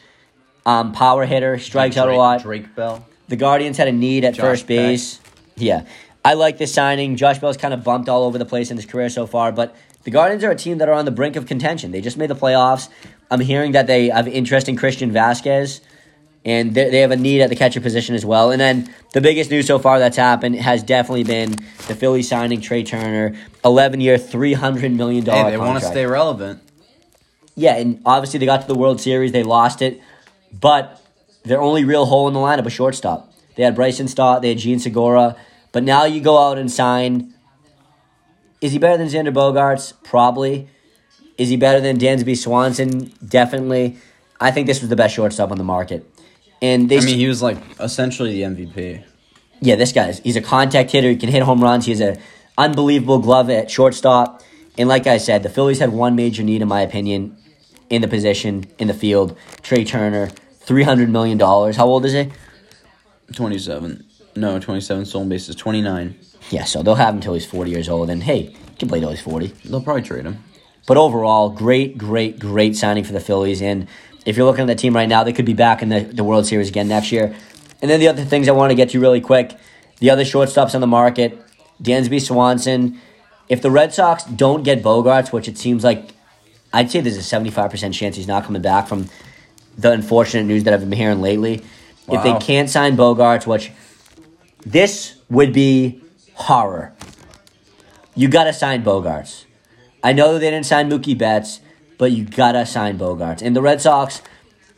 Um, power hitter, strikes out a
Drake-
lot.
Drake Bell.
The Guardians had a need at
Josh
first
Beck.
base. Yeah. I like this signing. Josh Bell's kind of bumped all over the place in his career so far, but the Guardians are a team that are on the brink of contention. They just made the playoffs. I'm hearing that they have interest in Christian Vasquez, and they they have a need at the catcher position as well. And then the biggest news so far that's happened has definitely been the Phillies signing Trey Turner, 11 year, $300 million
Hey, they want
contract.
to stay relevant.
Yeah, and obviously they got to the World Series, they lost it, but their only real hole in the lineup was shortstop. They had Bryson Stott, they had Gene Segura, but now you go out and sign. Is he better than Xander Bogarts? Probably. Is he better than Dansby Swanson? Definitely. I think this was the best shortstop on the market, and they.
I mean, he was like essentially the MVP.
Yeah, this guy's he's a contact hitter. He can hit home runs. He has an unbelievable glove at shortstop. And like I said, the Phillies had one major need, in my opinion, in the position, in the field. Trey Turner, three hundred million dollars. How old is he?
Twenty seven. No, twenty seven stolen bases. Twenty nine.
Yeah, so they'll have him until he's forty years old. And hey, he can play till he's forty.
They'll probably trade him.
But overall, great, great, great signing for the Phillies. And if you're looking at the team right now, they could be back in the, the World Series again next year. And then the other things I want to get to really quick the other shortstops on the market, Dansby Swanson. If the Red Sox don't get Bogarts, which it seems like I'd say there's a 75% chance he's not coming back from the unfortunate news that I've been hearing lately. If
Wow.
they can't sign Bogarts, which this would be horror. You got to sign Bogarts. I know they didn't sign Mookie Betts, but you gotta sign Bogarts. And the Red Sox,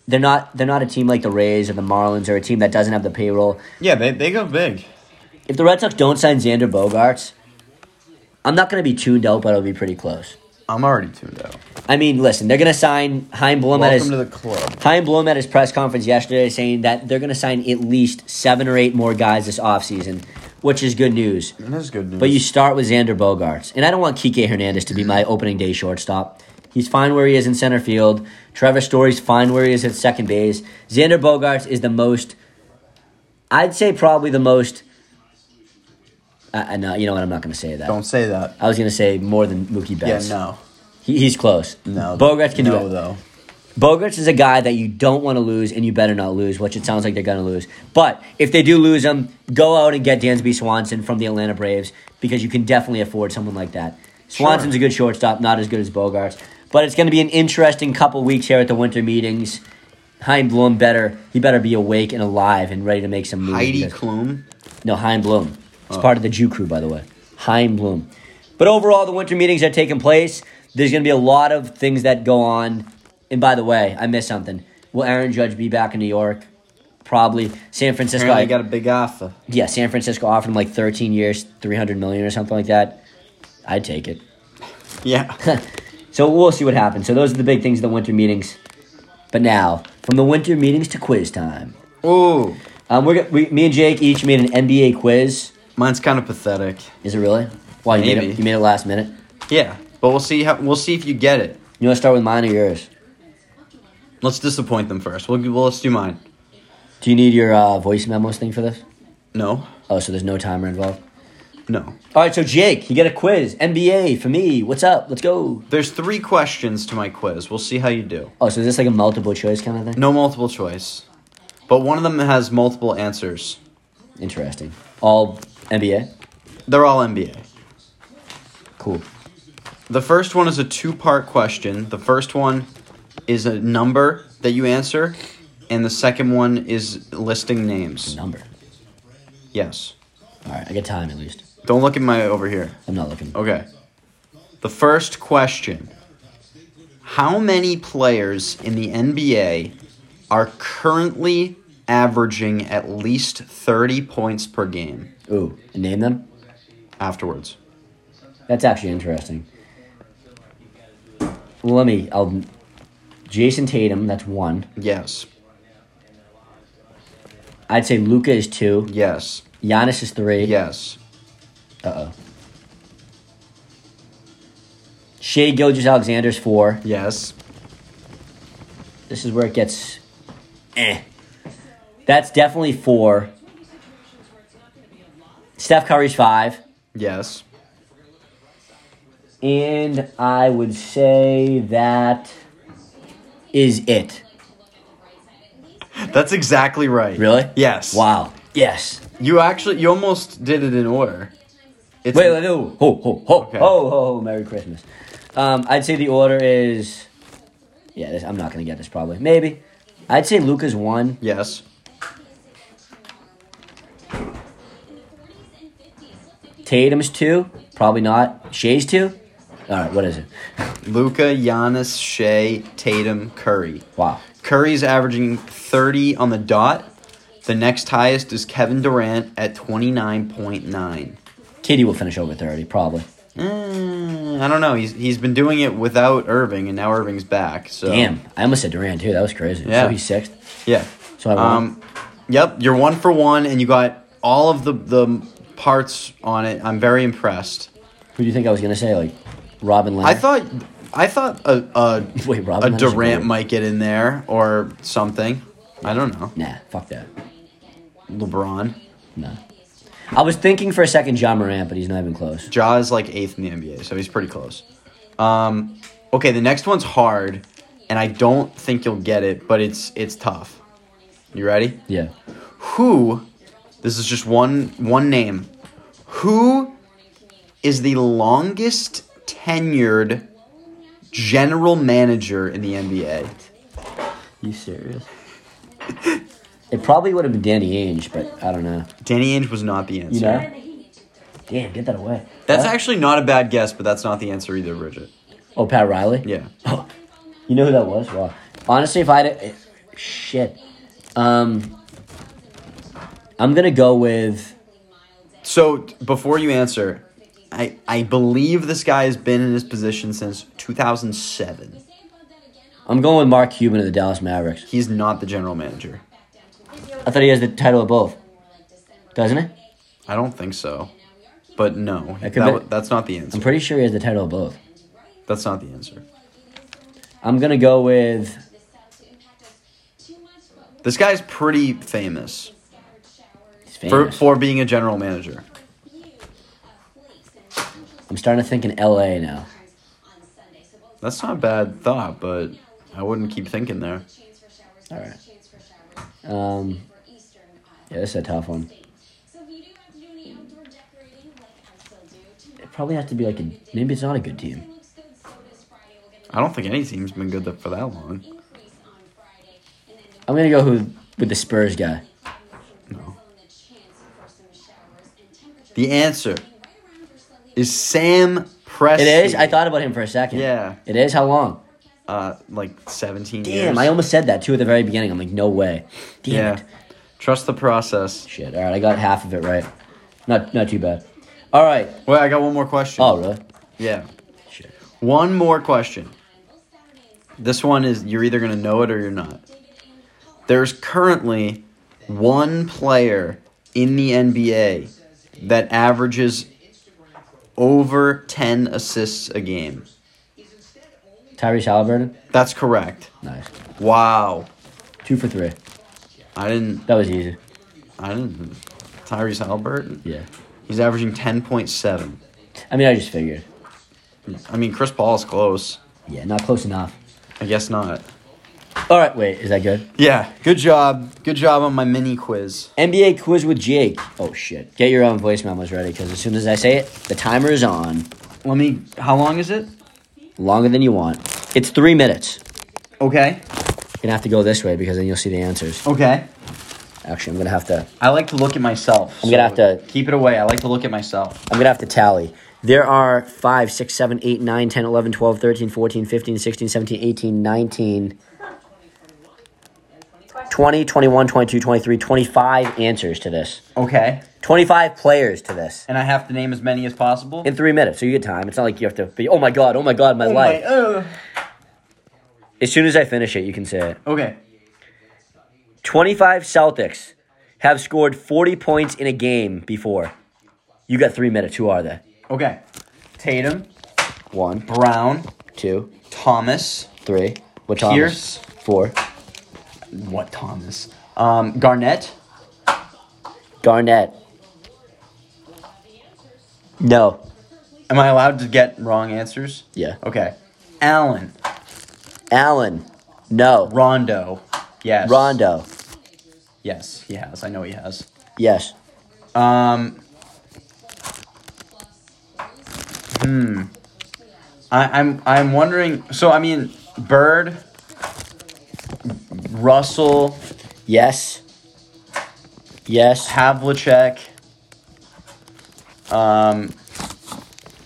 they're not they're not a team like the Rays or the Marlins or a team that doesn't have the payroll.
Yeah, they they go big.
If the Red Sox don't sign Xander Bogarts, I'm not gonna be tuned out, but it'll be pretty close.
I'm already tuned out.
I mean, listen, they're gonna sign Heimblum at
Welcome
his
to the club.
Heimblum at his press conference yesterday saying that they're gonna sign at least seven or eight more guys this offseason. which is good news.
That is good news.
But you start with Xander Bogarts. And I don't want Kike Hernandez to be my opening day shortstop. He's fine where he is in center field. Trevor Story's fine where he is at second base. Xander Bogarts is the most, I'd say probably the most. I, I know, you know what? I'm not going to say that.
don't say that.
I was going to say more than Mookie
Yeah,
Betts.
no,
He, he's close.
no.
Bogarts can
no,
do it.
though.
Bogarts is a guy that you don't want to lose, and you better not lose, which it sounds like they're going to lose. But if they do lose him, go out and get Dansby Swanson from the Atlanta Braves because you can definitely afford someone like that. Swanson's a good shortstop, not as good as Bogarts. But it's going to be an interesting couple weeks here at the winter meetings. Hein Bloom better. He better be awake and alive and ready to make some moves.
Heidi
because-
Klum.
no, Heim Bloom. It's part of the Jew crew, by the way. Heim Bloom. But overall, the winter meetings are taking place. There's going to be a lot of things that go on. And by the way, I missed something. Will Aaron Judge be back in New York? Probably. San Francisco.
Apparently got a big *laughs* offer.
yeah, San Francisco offered him like 13 years, 300 million or something like that. I'd take it.
Yeah.
So we'll see what happens. So those are the big things of the winter meetings. But now, from the winter meetings to quiz time.
Ooh,
Um, we're, go- we, me and Jake each made an NBA quiz.
mine's kind of pathetic.
Is it really? Why you made
Maybe.
it, you made it last minute?
Yeah, but we'll see how we'll see if you get it.
You want to start with mine or yours?
Let's disappoint them first. We'll, we'll let's do mine.
Do you need your uh, voice memos thing for this?
No,
Oh, so there's no timer involved.
no.
All right, so Jake, you get a quiz. NBA for me. What's up? Let's go.
There's three questions to my quiz. We'll see how you do.
Oh, so is this like a multiple choice kind of thing?
No multiple choice, but one of them has multiple answers.
Interesting. All NBA?
They're all NBA.
Cool.
The first one is a two part question. The first one is a number that you answer, and the second one is listing names.
Number.
Yes.
All right, I get time at least.
Don't look at my over here.
I'm not looking.
Okay. The first question How many players in the NBA are currently averaging at least 30 points per game
Ooh, and name them?
afterwards?
That's actually interesting. Well, let me. I'll. Jason Tatum, that's one.
Yes.
I'd say Luca is two.
Yes.
Giannis is three.
Yes.
Uh oh. Shea Gilgis Alexander's four.
Yes.
This is where it gets. Eh. That's definitely four. Steph Curry's five.
Yes.
And I would say that is it.
That's exactly right.
Really?
Yes.
Wow. Yes.
You actually, you almost did it in order. It's,
Wait, wait, no. Ho, ho, ho,
Okay.
ho, ho, ho, Merry Christmas. Um, I'd say the order is. Yeah, this, I'm not going to get this probably. Maybe. I'd say Luca's one.
Yes.
Tatum's two. Probably not. Shea's two. All right, what is it?
Luca, Giannis, Shea, Tatum, Curry.
Wow.
Curry's averaging 30 on the dot. The next highest is Kevin Durant at 29.9.
Kitty will finish over 30, probably.
Mm, I don't know. He's he's been doing it without Irving, and now Irving's back. So
Damn. I almost said Durant, too. That was crazy.
Yeah.
So he's sixth.
yeah.
So I won.
Um, yep, you're one for one, and you got all of the the parts on it. I'm very impressed.
Who do you think I was going to say? Like, Robin Leonard?
I thought I thought a a,
*laughs* Wait, Robin
a
Leonard's a
Durant
good-
might get in there or something. I don't know.
Nah, fuck that.
LeBron.
Nah. I was thinking for a second John Morant, but he's not even close.
Ja is like eighth in the NBA, so he's pretty close. Um, okay, the next one's hard, and I don't think you'll get it, but it's it's tough. You ready?
Yeah.
Who? This is just one one name. Who is the longest tenured general manager in the NBA?
You serious? it probably would have been Danny Ainge, but I don't know.
Danny Ainge was not the answer.
You know? Damn, get that away.
That's
Huh?
actually not a bad guess, but that's not the answer either, Bridget.
Oh, Pat Riley?
Yeah.
*laughs* You know who that was? Wow. Honestly, if I had a, shit, um, I'm gonna go with
So t- before you answer, I I believe this guy has been in his position since 2007.
I'm going with Mark Cuban of the Dallas Mavericks.
He's not the general manager.
I thought he has the title of both, doesn't it?
I don't think so. But no,
That
that
could
wa-
be-
that's not the
I'm
answer.
pretty sure he has the title of both.
That's not the answer.
I'm gonna go with
This guy's pretty famous
he's
for,
famous.
for being a general manager.
uh,
I'm starting to think in L.A. now.
That's not a bad thought, but I wouldn't keep thinking there.
All right. Um,
uh,
yeah, this is a tough one. It probably has to be like a maybe it's not a good team.
I don't think any team's been good for that long.
I'm gonna go who with the Spurs guy.
The answer is Sam Presti.
It is. I thought about him for a second.
Yeah.
It is. How long?
Uh, like 17 years.
Damn, I almost said that too at the very beginning. I'm like, no way. Damn
Yeah.
it.
Trust the process.
Shit. All right, I got half of it right. Not not too bad. All right.
Wait, I got one more question.
Oh really?
Yeah.
Shit.
One more question. This one is you're either going to know it or you're not. There's currently one player in the NBA that averages over 10 assists a game.
Tyrese Halliburton.
That's correct.
Nice.
Wow.
Two for three.
I didn't
That was easy.
I didn't Tyrese Halliburton.
Yeah.
He's averaging 10.7.
I mean, I just figured.
I mean, Chris Paul's close.
Yeah, not close enough.
I guess not.
All right. Wait, is that good?
Yeah, good job. Good job on my mini quiz.
NBA quiz with Jake. Oh shit. Get your own voice memos ready because as soon as I say it, the timer is on.
Let me. How long is it?
Longer than you want. It's three minutes.
Okay.
You're gonna have to go this way because then you'll see the answers.
Okay.
Actually, I'm gonna have to.
I like to look at myself.
I'm gonna
so
have to-
keep it away. I like to look at myself.
I'm gonna have to tally. There are 5, 6, 7, 8, 9, 10, 11, 12, 13, 14, 15, 16, 17, 18, 19, 20, 21, 22, 23, 25 answers to this.
Okay.
25 players to this
And I have to name as many as possible.
in three minutes. So you get time. It's not like you have to be, oh my God, oh my God, my
Oh my-
life.
oh.
As soon as I finish it, you can say it.
Okay.
25 Celtics have scored 40 points in a game before. You got three minutes. Who are they?
Okay. Tatum,
One,
Brown,
two,
Thomas.
three. What
Pierce.
Four.
What Thomas? Um, Garnett.
Garnett. No.
Am I allowed to get wrong answers?
Yeah.
Okay. Allen,
Allen. No.
Rondo. Yes.
Rondo.
Yes, he has. I know he has.
Yes.
Um. Hmm. hmm. I, I'm I'm wondering. So I mean, Bird, Russell,
Yes. Yes.
Havlicek. Um.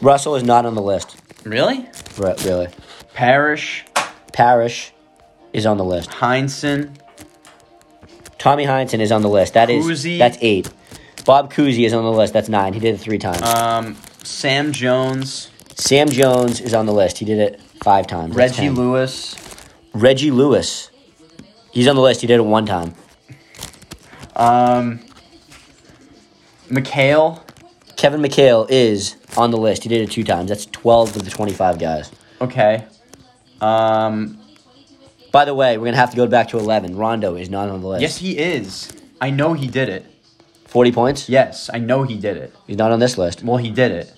Russell is not on the list.
Really?
Re- really.
Parrish,
Parrish is on the list.
Heinsohn.
Tommy Heinsohn is on the list. That is
Cousy.
that's eight. Bob Cousy is on the list. That's nine. He did it three times.
Um. Sam Jones,
Sam Jones is on the list. He did it five times. That's
Reggie
10.
Lewis.
Reggie Lewis. He's on the list. He did it one time.
Um. McHale.
Kevin McHale is on the list. He did it two times. That's 12 of the 25 guys.
Okay. Um.
By the way, we're going to have to go back to 11. Rondo is not on the list.
Yes, he is. I know he did it.
40 points?
Yes, I know he did it.
He's not on this list.
Well, he did it.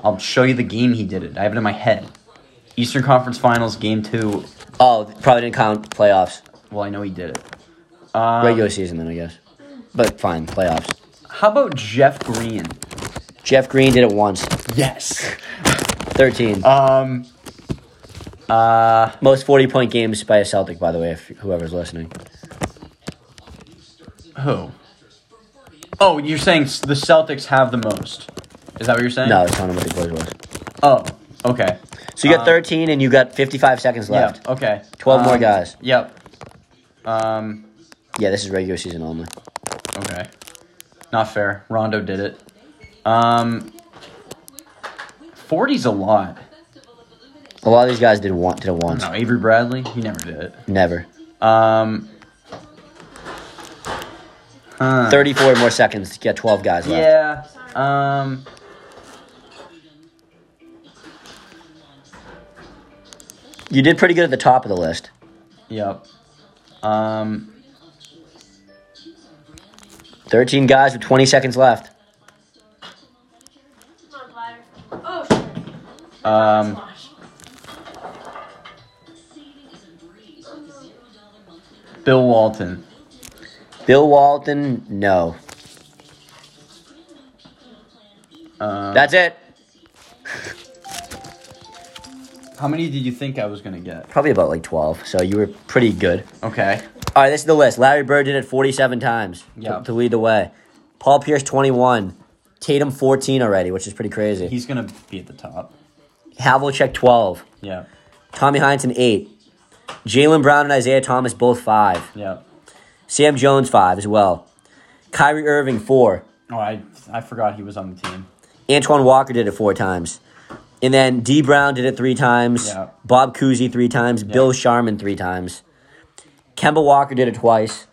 I'll show you the game he did it. I have it in my head. Eastern Conference Finals, game two.
Oh, probably didn't count playoffs.
Well, I know he did it. Um,
Regular season, then, I guess. But fine, playoffs.
How about Jeff Green?
Jeff Green did it once.
Yes. *laughs*
13.
Um. Uh.
Most 40 point games by a Celtic, by the way, if whoever's listening.
Who? Oh, you're saying s- the Celtics have the most? Is that what you're saying?
No, it's not what the quiz was.
Oh. Okay.
So you got
Um,
13 and you got 55 seconds left.
Yeah. Okay.
12 more
Um,
guys.
Yep. Um.
Yeah, this is regular season only.
Okay. Not fair. Rondo did it. Um, 40's a lot.
A lot of these guys did want did it once.
No, Avery Um, Bradley, he never did it.
Never.
Um, Huh.
34 more seconds to get 12 guys left.
Yeah. Um.
You did pretty good at the top of the list.
Yep. Um.
13 guys with 20 seconds left.
Oh, shit.
Um. Bill Walton.
Bill Walton, no.
Um,
That's it.
how many did you think I was gonna get?
Probably about like 12, so you were pretty good.
Okay.
All right, this is the list. Larry Bird did it 47 times to-
Yeah.
to, lead the way. Paul Pierce, 21. Tatum, 14 already, which is pretty crazy.
He's gonna be at the top.
Havlicek, 12.
Yeah.
Tommy Heinsohn, 8. Jalen Brown and Isaiah Thomas, both 5.
Yeah.
Sam Jones, 5 as well. Kyrie Irving, 4.
Oh, I I forgot he was on the team.
Antoine Walker did it four times. And then D Brown did it three times.
Yeah.
Bob Cousy three times. Bill Sharman three times. Kemba Walker did it twice.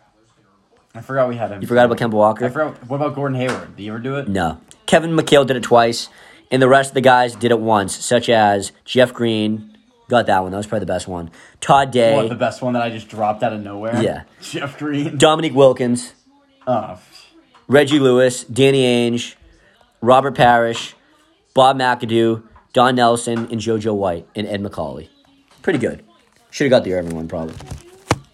I forgot we had him.
You forgot about Kemba Walker?
I forgot. What about Gordon Hayward? Did you ever do it?
no. Kevin McHale did it twice. And the rest of the guys did it once, such as Jeff Green. Got that one. That was probably the best one. Todd Day.
What the best one that I just dropped out of nowhere?
Yeah.
*laughs* Jeff Green.
Dominique Wilkins.
Oh,
Reggie Lewis. Danny Ainge. Robert Parrish. Bob McAdoo. Don Nelson. And JoJo White. And Ed McCauley. Pretty good. Should have got the Irving one, probably.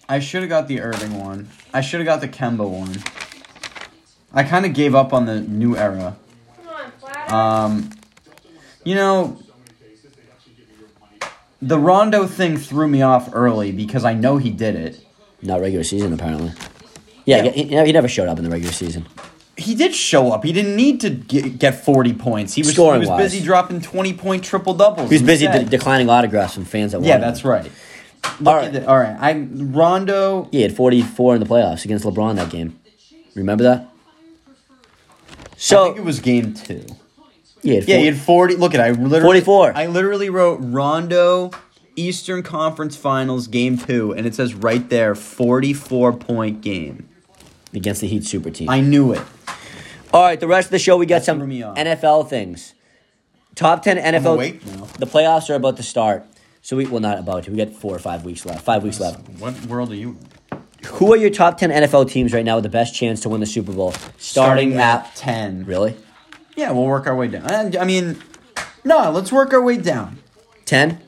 I should have got the Irving one. I should have got the Kemba one. I kind of gave up on the new era.
Come on, flat out.
Um, you know, the Rondo thing threw me off early because I know he did it.
Not regular season, apparently. Yeah,
Yeah.
He, he- he never showed up in the regular season.
He did show up. He didn't need to get, get forty points. He was, he was
Scoring-wise.
busy dropping twenty point triple doubles.
He was busy de- declining autographs from fans that
yeah,
wanted
that's
him.
right.
All
Look
right.
at the- All right, I Rondo.
He had 44 in the playoffs against LeBron that game. Remember that?
I
So,
think it was game two.
he had
Yeah, he
four-
had forty. Look at I literally
44.
I literally wrote Rondo Eastern Conference Finals game two, and it says right there forty four point game.
against the Heat super team.
I knew it.
All right, the rest of the show, we got
That
some
threw me off. Oh,
NFL things. Top 10 NFL.
awake now.
The playoffs are about to start. So, we, well, not about to. We got four or five weeks left. Five weeks left.
What world are you?
Who are your top 10 NFL teams right now with the best chance to win the Super Bowl? Starting, at.
ten.
Really?
Yeah, we'll work our way down. And, I mean, no, let's work our way down.
10?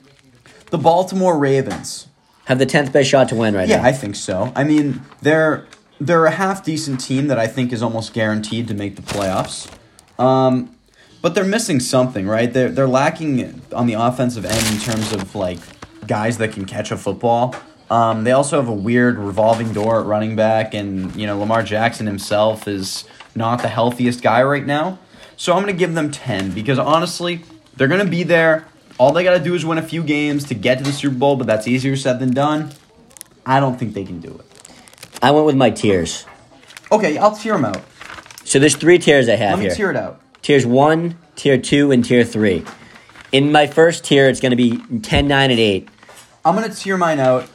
The Baltimore Ravens.
have the tenth best shot to win right
Yeah,
now.
I think so. I mean, they're they're a half decent team that I think is almost guaranteed to make the playoffs. Um, but they're missing something, right? They're they're lacking on the offensive end in terms of like guys that can catch a football. Um, they also have a weird revolving door at running back, and you know Lamar Jackson himself is not the healthiest guy right now. So I'm gonna give them ten because honestly, they're gonna be there. All they gotta do is win a few games to get to the Super Bowl, but that's easier said than done. I don't think they can do it.
I went with my tiers.
Okay, I'll tear them out.
So there's three tiers I have
Let me
here.
tear it out.
Tiers one, tier two, and tier three. In my first tier, it's going to be 10, 9, and 8.
I'm gonna tear mine out.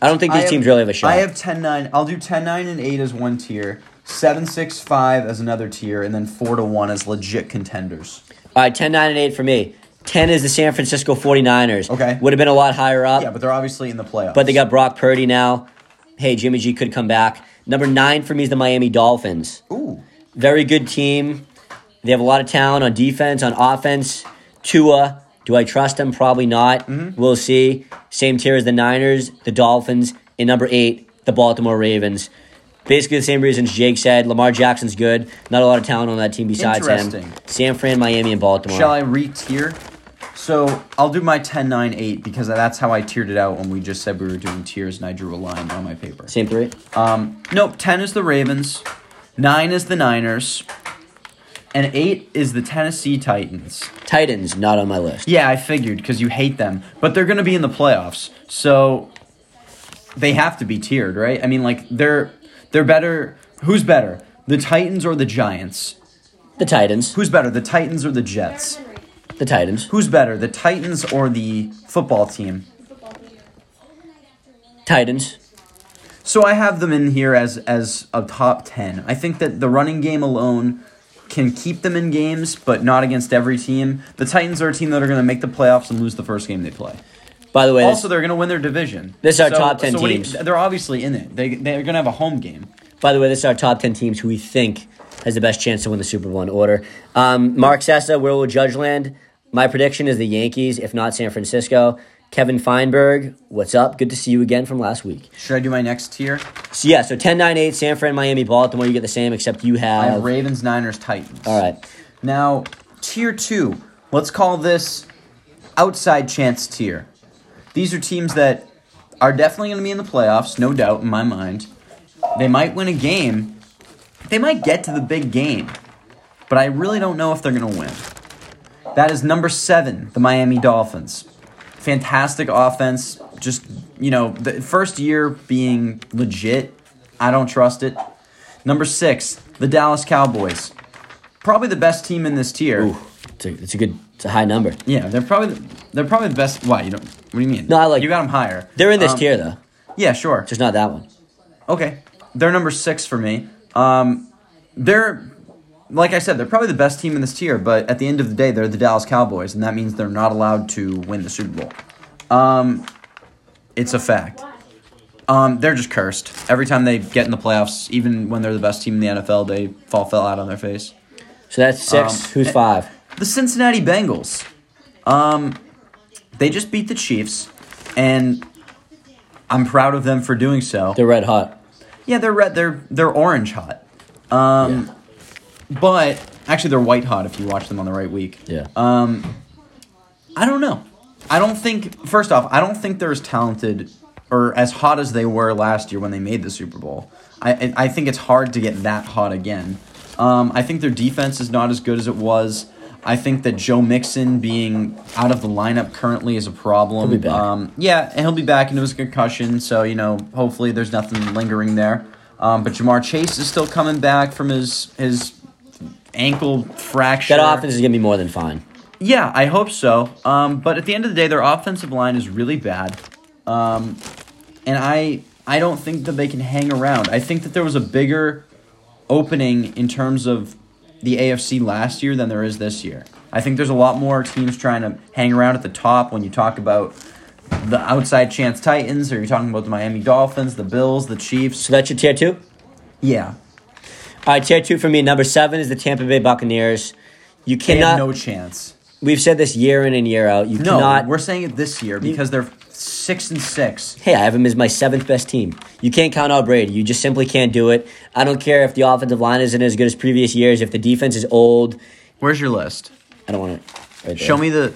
I don't think
I
these
have-
teams really have a shot.
I have 10 9. I'll do 10 9 and 8 as one tier, 7 6 5 as another tier, and then 4 to 1 as legit contenders.
All right, 10, 9, and 8 for me. 10 is the San Francisco 49ers.
Okay.
Would have been a lot higher up,
Yeah, but they're obviously in the playoffs.
but they got Brock Purdy now. Hey, Jimmy G could come back. Number nine for me is the Miami Dolphins.
Ooh.
Very good team. They have a lot of talent on defense, on offense. Tua, do I trust him? Probably not.
Mm-hmm.
We'll see. Same tier as the Niners, the Dolphins, and number eight, the Baltimore Ravens. Basically the same reasons Jake said. Lamar Jackson's good. Not a lot of talent on that team besides him.
Interesting.
San Fran, Miami, and Baltimore.
Shall I re tier? So I'll do my 10 9 8 because that's how I tiered it out when we just said we were doing tiers and I drew a line on my paper.
Same three.
Um, nope, 10 is the Ravens, 9 is the Niners, and 8 is the Tennessee Titans.
Titans, not on my list.
Yeah, I figured because you hate them, but they're going to be in the playoffs, so they have to be tiered, right? I mean, like they're they're better. Who's better, the Titans or the Giants?
The Titans.
Who's better, the Titans or the Jets?
Henry,
The Titans.
Who's better, the Titans or the football team?
football player.
Titans.
So I have them in here as as a top ten. I think that the running game alone can keep them in games, but not against every team. The Titans are a team that are going to make the playoffs and lose the first game they play.
By the way, this-
Also, they're going to win their division.
This is our top 10
what do
teams.
You, they're obviously in it. They they're going to have a home game.
By the way, this is our top 10 teams who we think has the best chance to win the Super Bowl in order. Um, Mark Sessa, where will Judge land? My prediction is the Yankees, if not San Francisco. Kevin Feinberg, what's up? Good to see you again from last week.
Should I do my next tier?
So, yeah, so 10 9 8, San Fran, Miami, Baltimore, you get the same, except you
I
have.
have Ravens, Niners, Titans.
all right.
Now, tier two. Let's call this outside chance tier. These are teams that are definitely going to be in the playoffs, no doubt in my mind. They might win a game. They might get to the big game, but I really don't know if they're going to win. That is number seven, the Miami Dolphins. Fantastic offense. Just, you know, the first year being legit, I don't trust it. Number six, the Dallas Cowboys. Probably the best team in this tier.
Ooh, it's, a, it's a good, it's a high number.
Yeah, they're probably the, they're probably the best. Why you don't? What do you mean?
No, I like-
you got them higher.
They're in this
Um,
tier, though,
Yeah, sure.
just not that one.
Okay, they're number six for me. Um, they're like I said, they're probably the best team in this tier. But at the end of the day, they're the Dallas Cowboys, and that means they're not allowed to win the Super Bowl. Um, it's a fact. Um, they're just cursed. Every time they get in the playoffs, even when they're the best team in the NFL, they fall fell out on their face.
So that's six.
Um,
Who's
eh,
five?
the Cincinnati Bengals. Um, they just beat the Chiefs, and I'm proud of them for doing so.
They're red hot.
yeah, they're red. They're they're orange hot. Um, but actually, they're white hot if you watch them on the right week.
Yeah.
Um, I don't know. I don't think. First off, I don't think they're as talented or as hot as they were last year when they made the Super Bowl. I I- I think it's hard to get that hot again. Um, I think their defense is not as good as it was. I think that Joe Mixon being out of the lineup currently is a problem.
He'll be back.
Um, yeah, and he'll be back, and it was a concussion, so you know, hopefully there's nothing lingering there. Um, but Jamar Chase is still coming back from his his ankle fracture.
That offense is going to be more than fine.
Yeah, I hope so. Um, but at the end of the day, their offensive line is really bad, um, and I I don't think that they can hang around. I think that there was a bigger opening in terms of the AFC last year than there is this year. I think there's a lot more teams trying to hang around at the top when you talk about the outside chance Titans, or you're talking about the Miami Dolphins, the Bills, the Chiefs.
So that's your tier two?
Yeah,
All right, tier two for me, number seven is the Tampa Bay Buccaneers. You
they
cannot.
have no chance.
we've said this year in and year out. You
No,
cannot.
we're saying it this year because they're six and six.
hey, I have him as my seventh best team. You can't count out Brady. You just simply can't do it. I don't care if the offensive line isn't as good as previous years. If the defense is old,
Where's your list?
I don't want it. Right there.
Show me the.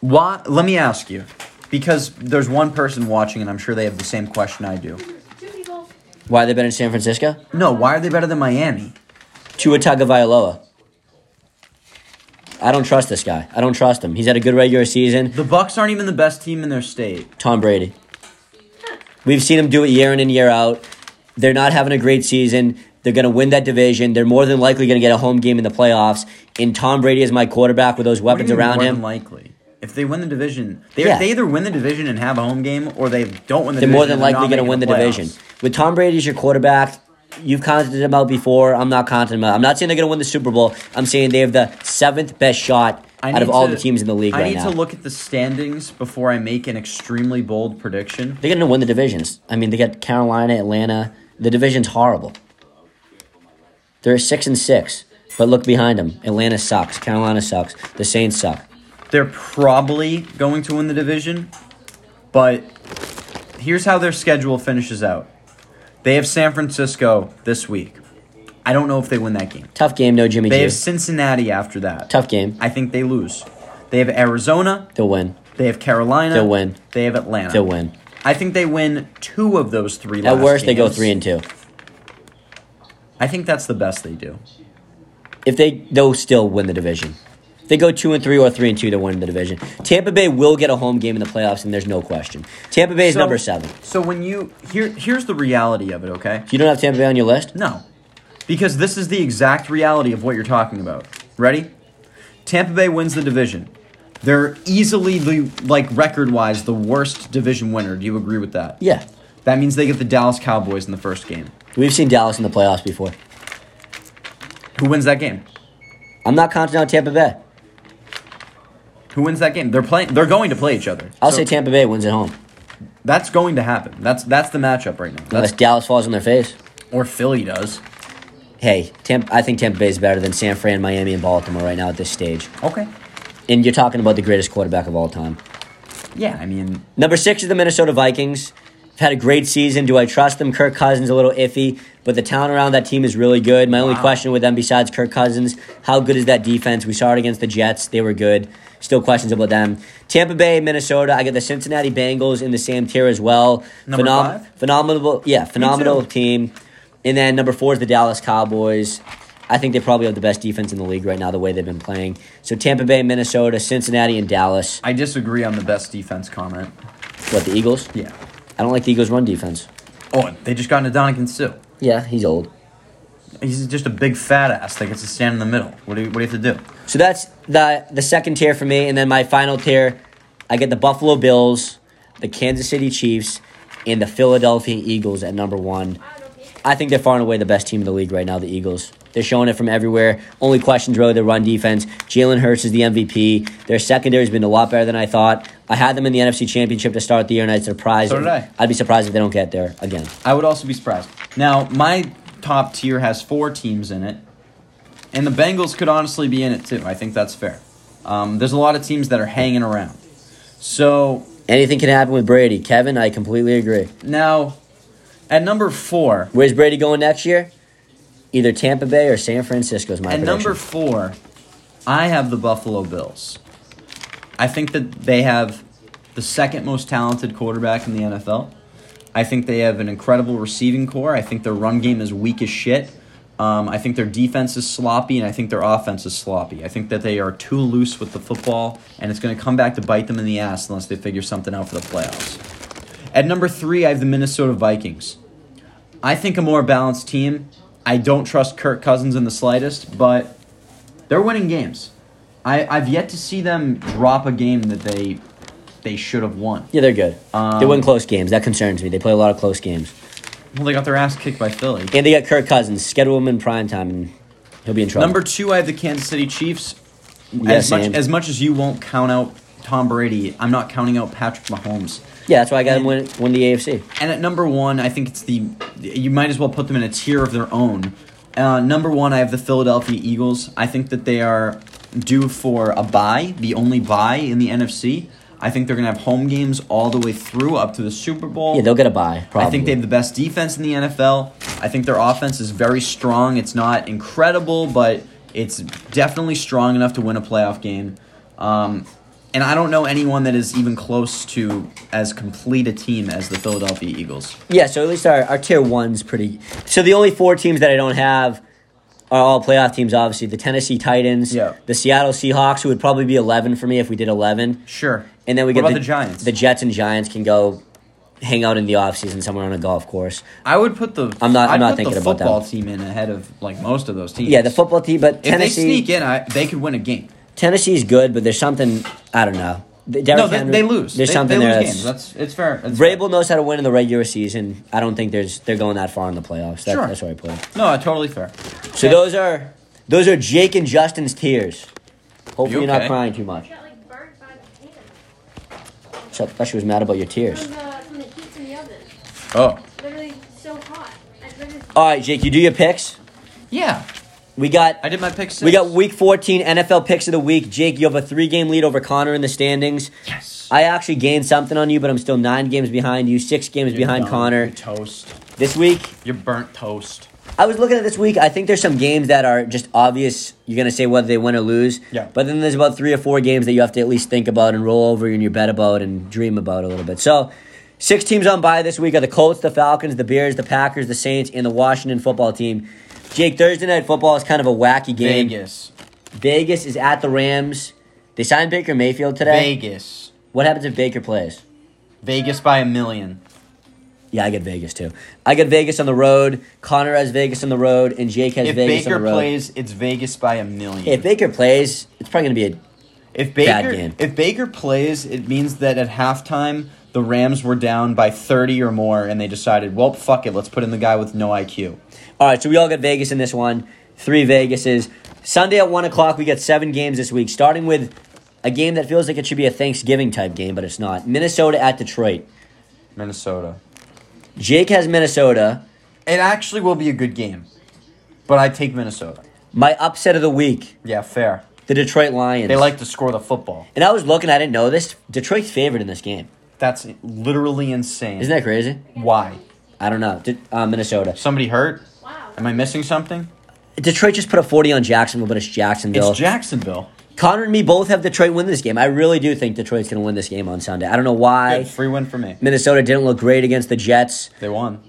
Why? Let me ask you, because there's one person watching, and I'm sure they have the same question I do.
Two people.
why they better in San Francisco.
No, why are they better than Miami?
Tua Tagovailoa. I don't trust this guy. I don't trust him. He's had a good regular season.
The Bucks aren't even the best team in their state.
Tom Brady. We've seen him do it year in and year out. They're not having a great season. They're going to win that division. They're more than likely going to get a home game in the playoffs. And Tom Brady is my quarterback with those
What do
weapons
you mean
around
more
him.
than likely, if they win the division, they
Yeah.
they either win the division and have a home game, or they don't win the.
they're
division
more than
and they're
likely
not
going to
making
win the
playoffs.
division. With Tom Brady as your quarterback, you've counted them out before. I'm not counting them out. I'm not saying they're going to win the Super Bowl. I'm saying they have the seventh best shot
I
out of
need
all
to-
the teams in the league
I
right
need
now.
to look at the standings before I make an extremely bold prediction.
they're going to win the divisions. I mean, they got Carolina, Atlanta. The division's horrible. They're six and six, but look behind them. Atlanta sucks. Carolina sucks. The Saints suck.
They're probably going to win the division, but here's how their schedule finishes out. They have San Francisco this week. I don't know if they win that game.
Tough game, no Jimmy
They
G.
have Cincinnati after that.
Tough game.
I think they lose. They have Arizona.
They'll win.
They have Carolina.
They'll win.
They have Atlanta.
They'll win.
I think they win two of those three.
At
last
worst, they go
games.
three and two.
I think that's the best they do.
If they, they'll still win the division. If they go two and three or three and two to win the division. Tampa Bay will get a home game in the playoffs, and there's no question. Tampa Bay is
So-
number seven.
So when you here, here's the reality of it. Okay.
You don't have Tampa Bay on your list.
No. Because this is the exact reality of what you're talking about. Ready? Tampa Bay wins the division. They're easily the like record-wise the worst division winner. Do you agree with that?
Yeah,
That means they get the Dallas Cowboys in the first game.
We've seen Dallas in the playoffs before.
Who wins that game?
I'm not counting out Tampa Bay.
Who wins that game? They're playing. They're going to play each other.
I'll
So
say Tampa Bay wins at home.
that's going to happen. That's that's the matchup right now.
Unless
That's,
Dallas falls on their face.
or Philly does.
Hey, Tampa, I think Tampa Bay is better than San Fran, Miami, and Baltimore right now at this stage.
Okay.
And you're talking about the greatest quarterback of all time.
Yeah, I mean,
Number six is the Minnesota Vikings. Have had a great season. Do I trust them? Kirk Cousins a little iffy, but the talent around that team is really good. My only
Wow.
question with them, besides Kirk Cousins, how good is that defense? We saw it against the Jets; they were good. Still questions about them. Tampa Bay, Minnesota. I got the Cincinnati Bengals in the same tier as well.
Number five?
Phenomenal, yeah, phenomenal
too.
team. And then number four is the Dallas Cowboys. I think they probably have the best defense in the league right now, the way they've been playing. So Tampa Bay, Minnesota, Cincinnati, and Dallas.
I disagree on the best defense comment.
What the Eagles?
Yeah.
I don't like the Eagles' run defense.
Oh, they just got into Donovan Sue.
Yeah, he's old.
He's just a big fat ass that gets to stand in the middle. What do you, what do you have to do?
So that's the the second tier for me, and then my final tier, I get the Buffalo Bills, the Kansas City Chiefs, and the Philadelphia Eagles at number one. I think they're far and away the best team in the league right now. The Eagles. They're showing it from everywhere. Only questions really their run defense. Jalen Hurts is the MVP. Their secondary has been a lot better than I thought. I had them in the NFC Championship to start the year, and I'd surprised.
So did I.
would be surprised if they don't get there again.
I would also be surprised. Now, my top tier has four teams in it, and the Bengals could honestly be in it too. I think that's fair. Um, there's a lot of teams that are hanging around. So
Anything can happen with Brady. Kevin, I completely agree.
now, at number four,
Where's Brady going next year? Either Tampa Bay or San Francisco is my
at
prediction.
number four, I have the Buffalo Bills. I think that they have the second most talented quarterback in the NFL. I think they have an incredible receiving core. I think their run game is weak as shit. Um, I think their defense is sloppy, and I think their offense is sloppy. I think that they are too loose with the football, and it's going to come back to bite them in the ass unless they figure something out for the playoffs. At number three, I have the Minnesota Vikings. I think a more balanced team. I don't trust Kirk Cousins in the slightest, but they're winning games. I, I've yet to see them drop a game that they they should have won.
yeah, they're good. they
Um,
win close games. That concerns me. They play a lot of close games,
Well, they got their ass kicked by Philly.
and they got Kirk Cousins. Schedule him in prime time, and he'll be in trouble.
Number two, I have the Kansas City Chiefs.
Yeah,
as much
same.
as much as you won't count out Tom Brady, I'm not counting out Patrick Mahomes.
yeah, that's why I got him win win the AFC.
And at number one, I think it's the you might as well put them in a tier of their own. Uh, number one, I have the Philadelphia Eagles. I think that they are due for a bye, the only bye in the NFC. I think they're gonna have home games all the way through up to the Super Bowl.
Yeah, they'll get a bye. Probably.
I think they have the best defense in the NFL. I think their offense is very strong. It's not incredible, but it's definitely strong enough to win a playoff game. Um, and I don't know anyone that is even close to as complete a team as the Philadelphia Eagles.
Yeah, so at least our, our tier one's pretty. So the only four teams that I don't have are all playoff teams. Obviously, the Tennessee Titans,
Yeah.
the Seattle Seahawks, who would probably be eleven for me if we did eleven.
Sure.
And then we
What
get
about the Giants?
The Jets and Giants can go hang out in the offseason somewhere on a golf course.
I would put the
I'm not- I'm
I'd
not
put
thinking
the
about that.
football team in ahead of like most of those teams.
Yeah, the football team, but
If they
Tennessee
sneak in, I, they could win a game.
Tennessee's good, but there's something I don't know. The- Derrick
no, they,
Henry-
they lose.
There's
they,
something
they
there.
lose
that's-
games. That's it's fair. It's fair.
Vrabel knows how to win in the regular season. I don't think there's they're going that far in the playoffs. That,
Sure.
That's where I put it.
No, totally fair.
So those are those are Jake and Justin's tears. Hopefully
You
you're not
okay?
crying too much.
Got like burnt by the pan.
So I thought she was mad about your tears.
From the, from the heat from the oven.
Oh.
Literally so hot. I literally
All right, Jake, you do your picks.
Yeah.
We got
I did my pick six.
we got week 14 NFL picks of the week. Jake, you have a three game lead over Connor in the standings.
Yes.
I actually gained something on you, but I'm still nine games behind you, six games behind Connor.
toast.
This week,
You're burnt toast.
I was looking at this week. I think there's some games that are just obvious. You're gonna say whether they win or lose.
Yeah.
But then there's about three or four games that you have to at least think about and roll over in your bet about and dream about a little bit. So, six teams on by this week are the Colts, the Falcons, the Bears, the Packers, the Saints, and the Washington Football Team. Jake, Thursday night football is kind of a wacky game.
Vegas.
Vegas is at the Rams. They signed Baker Mayfield today.
Vegas.
What happens if Baker plays?
Vegas by a million.
Yeah, I get Vegas too. I get Vegas on the road. Connor has Vegas on the road, and Jake has
if
Vegas
Baker
on the road.
plays, it's Vegas by a million.
If Baker plays, it's probably going to be a.
if
bad
Baker
game.
if Baker plays, it means that at halftime the Rams were down by 30 or more, and they decided, well, fuck it, let's put in the guy with no IQ.
All right, so we all got Vegas in this one. Three Vegases. Sunday at 1 o'clock, we got seven games this week, starting with a game that feels like it should be a Thanksgiving type game, but it's not. Minnesota at Detroit.
Minnesota.
Jake has Minnesota.
It actually will be a good game, but I take Minnesota.
My upset of the week,
Yeah, fair.
the Detroit Lions.
They like to score the football.
And I was looking, I didn't know this. Detroit's favored in this game.
That's literally insane.
Isn't that crazy?
why?
I don't know. De- uh, Minnesota.
Somebody hurt?
Wow.
Am I missing something?
Detroit just put a 40 on Jacksonville, but it's Jacksonville.
It's Jacksonville.
Connor and me both have Detroit win this game. I really do think Detroit's going to win this game on Sunday. I don't know why.
Good, free win for me.
Minnesota didn't look great against the Jets.
They won.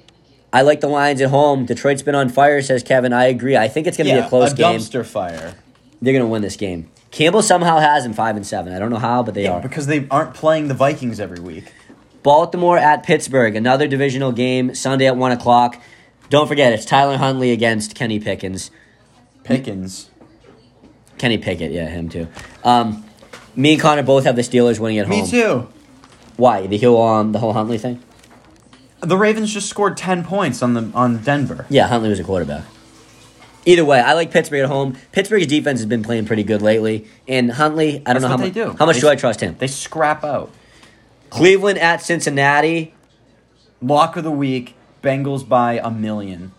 I like the Lions at home. Detroit's been on fire, says Kevin. I agree. I think it's going to be a close game.
dumpster fire.
They're going to win this game. Campbell somehow has them five and seven. I don't know how, but they
Yeah,
are.
because they aren't playing the Vikings every week.
Baltimore at Pittsburgh, another divisional game Sunday at one o'clock. Don't forget, it's Tyler Huntley against Kenny Pickens.
Pickens.
Kenny Pickett, yeah, him too. Um, me and Connor both have the Steelers winning at home.
Me too.
Why the whole um, the whole Huntley thing?
The Ravens just scored ten points on the on Denver.
Yeah, Huntley was a quarterback. Either way, I like Pittsburgh at home. Pittsburgh's defense has been playing pretty good lately, and Huntley, I don't
That's
know how
what
much
they do.
how much
They-
do I trust him.
They scrap out.
Cleveland at Cincinnati.
Lock of the week. Bengals by a million.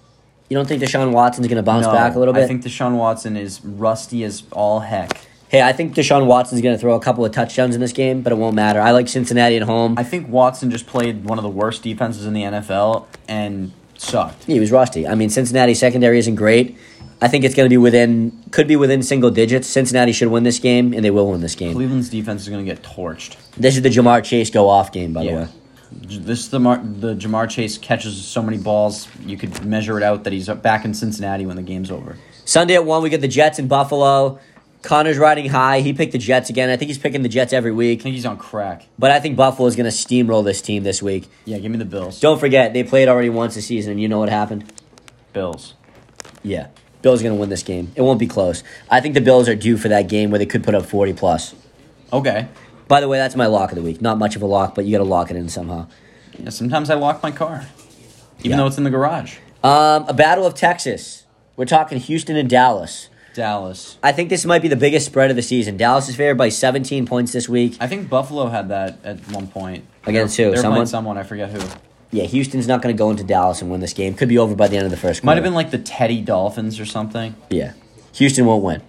You don't think Deshaun Watson's going to bounce
No,
back a little bit?
I think Deshaun Watson is rusty as all heck.
hey, I think Deshaun Watson's going to throw a couple of touchdowns in this game, but it won't matter. I like Cincinnati at home.
I think Watson just played one of the worst defenses in the NFL and sucked.
he was rusty. I mean, Cincinnati secondary isn't great. I think it's going to be within, could be within single digits. Cincinnati should win this game, and they will win this game.
Cleveland's defense is going to get torched.
This is the Jamar Chase go off game, by the way.
J- This the Mar- the Jamar Chase catches so many balls you could measure it out that he's up back in Cincinnati when the game's over.
Sunday at 1, we get the Jets in Buffalo. Connor's riding high. He picked the Jets again. I think he's picking the Jets every
I
week.
think he's on crack.
But I think Buffalo's going to steamroll this team this week.
Yeah, give me the Bills.
Don't forget, they played already once this season, and you know what happened?
Bills.
Yeah. Bills are going to win this game. It won't be close. I think the Bills are due for that game where they could put up 40 plus.
Okay.
By the way, that's my lock of the week. Not much of a lock, but you got to lock it in somehow.
Yeah, sometimes I lock my car, even
Yeah.
though it's in the garage.
Um, a battle of Texas. We're talking Houston and Dallas.
Dallas.
I think this might be the biggest spread of the season. Dallas is favored by 17 points this week.
I think Buffalo had that at one point.
Against
They're-
who?
They're
Someone?
playing someone. I forget who.
Yeah, Houston's not going to go into Dallas and win this game. Could be over by the end of the first
Might
quarter.
have been like the Teddy Dolphins or something.
Yeah. Houston won't win.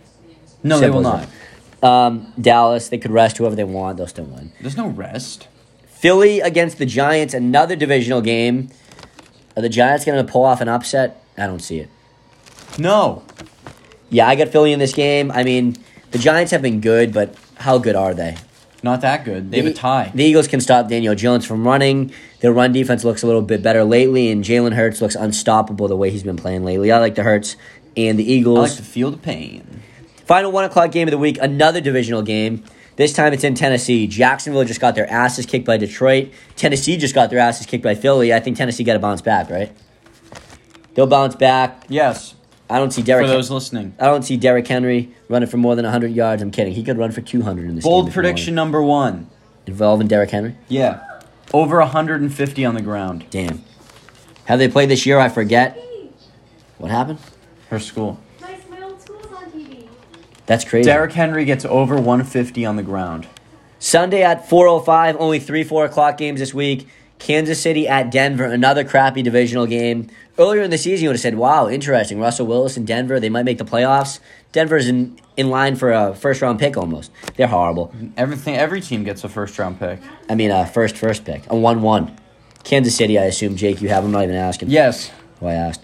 No, they will
Simple
not.
as that. Um, Dallas, they could rest whoever they want. They'll still win.
There's no rest.
Philly against the Giants, another divisional game. Are the Giants going to pull off an upset? I don't see it.
No.
Yeah, I got Philly in this game. I mean, the Giants have been good, but how good are they?
Not that good. They have a
The-
tie.
The Eagles can stop Daniel Jones from running. Their run defense looks a little bit better lately, and Jalen Hurts looks unstoppable the way he's been playing lately. I like the Hurts and the
I
Eagles.
like to feel the pain.
Final one o'clock game of the week, another divisional game. This time it's in Tennessee. Jacksonville just got their asses kicked by Detroit. Tennessee just got their asses kicked by Philly. I think Tennessee got to bounce back, right? They'll bounce back.
Yes.
I don't see
For
Derrick.
those listening.
I don't see Derrick Henry running for more than 100 yards. I'm kidding. He could run for 200 in this game
Bold
if he wanted.
prediction number one.
involving Derrick Henry.
Yeah. Over 150 on the ground.
Damn. Have they played this year? I forget. What happened?
Her school.
My, my old school's on TV.
That's crazy.
Derrick Henry gets over 150 on the ground.
Sunday at 4.05, only three 4 o'clock games this week. Kansas City at Denver, another crappy divisional game. Earlier in the season, you would have said, wow, interesting. Russell Willis and Denver, they might make the playoffs. Denver's in, in line for a first round pick almost. They're horrible.
Everything. Every team gets a first round pick.
I mean, a first, first pick, a 1 1. Kansas City, I assume, Jake, you have. I'm not even asking.
Yes.
Why I asked.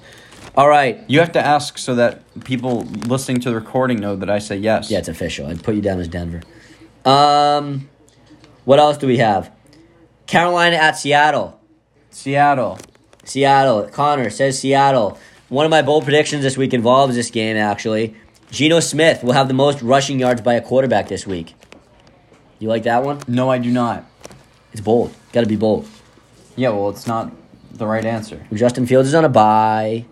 All right.
You have to ask so that people listening to the recording know that I say yes.
Yeah, it's official. I'd put you down as Denver. Um, what else do we have? Carolina at Seattle.
Seattle.
Seattle. Connor says Seattle. One of my bold predictions this week involves this game, actually. Geno Smith will have the most rushing yards by a quarterback this week. You like that one?
No, I do not.
It's bold. Got to be bold.
Yeah, well, it's not the right answer.
Justin Fields is on a bye.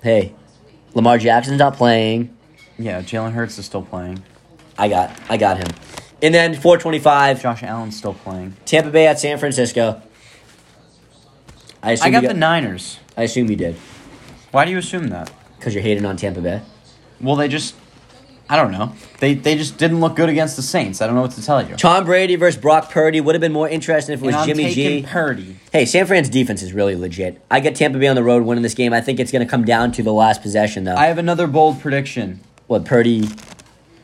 Hey, Lamar Jackson's not playing.
Yeah, Jalen Hurts is still playing.
I got, I got him. And then 425,
Josh Allen's still playing.
Tampa Bay at San Francisco. I assume
I got
you
the Niners.
I assume you did
Why do you assume that?
because you're hating on Tampa Bay.
Well, they just. I don't know. They they just didn't look good against the Saints. I don't know what to tell you.
Tom Brady versus Brock Purdy would have been more interesting if it was
And I'm
Jimmy G.
taking Purdy.
hey, San Fran's defense is really legit. I get Tampa Bay on the road winning this game. I think it's going to come down to the last possession though.
I have another bold prediction.
what Purdy?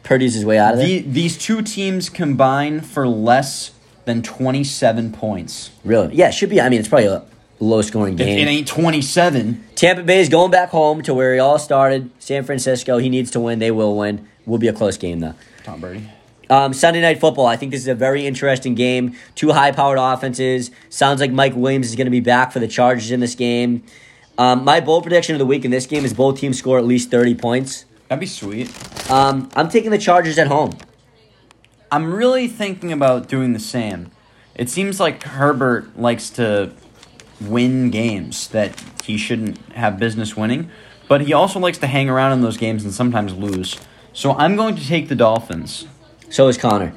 Purdy's his way out of
The,
it.
these two teams combine for less than 27 points.
Really? Yeah, it should be. I mean, it's probably a low scoring
It,
game.
it ain't 27.
Tampa Bay is going back home to where he all started. San Francisco, he needs to win. They will win. Will be a close game though.
Tom Brady.
Um, Sunday night football. I think this is a very interesting game. Two high-powered offenses. Sounds like Mike Williams is going to be back for the Chargers in this game. Um, my bold prediction of the week in this game is both teams score at least thirty points.
That'd be sweet.
Um, I'm taking the Chargers at home.
I'm really thinking about doing the same. It seems like Herbert likes to win games that he shouldn't have business winning, but he also likes to hang around in those games and sometimes lose. So I'm going to take the Dolphins.
So is Connor.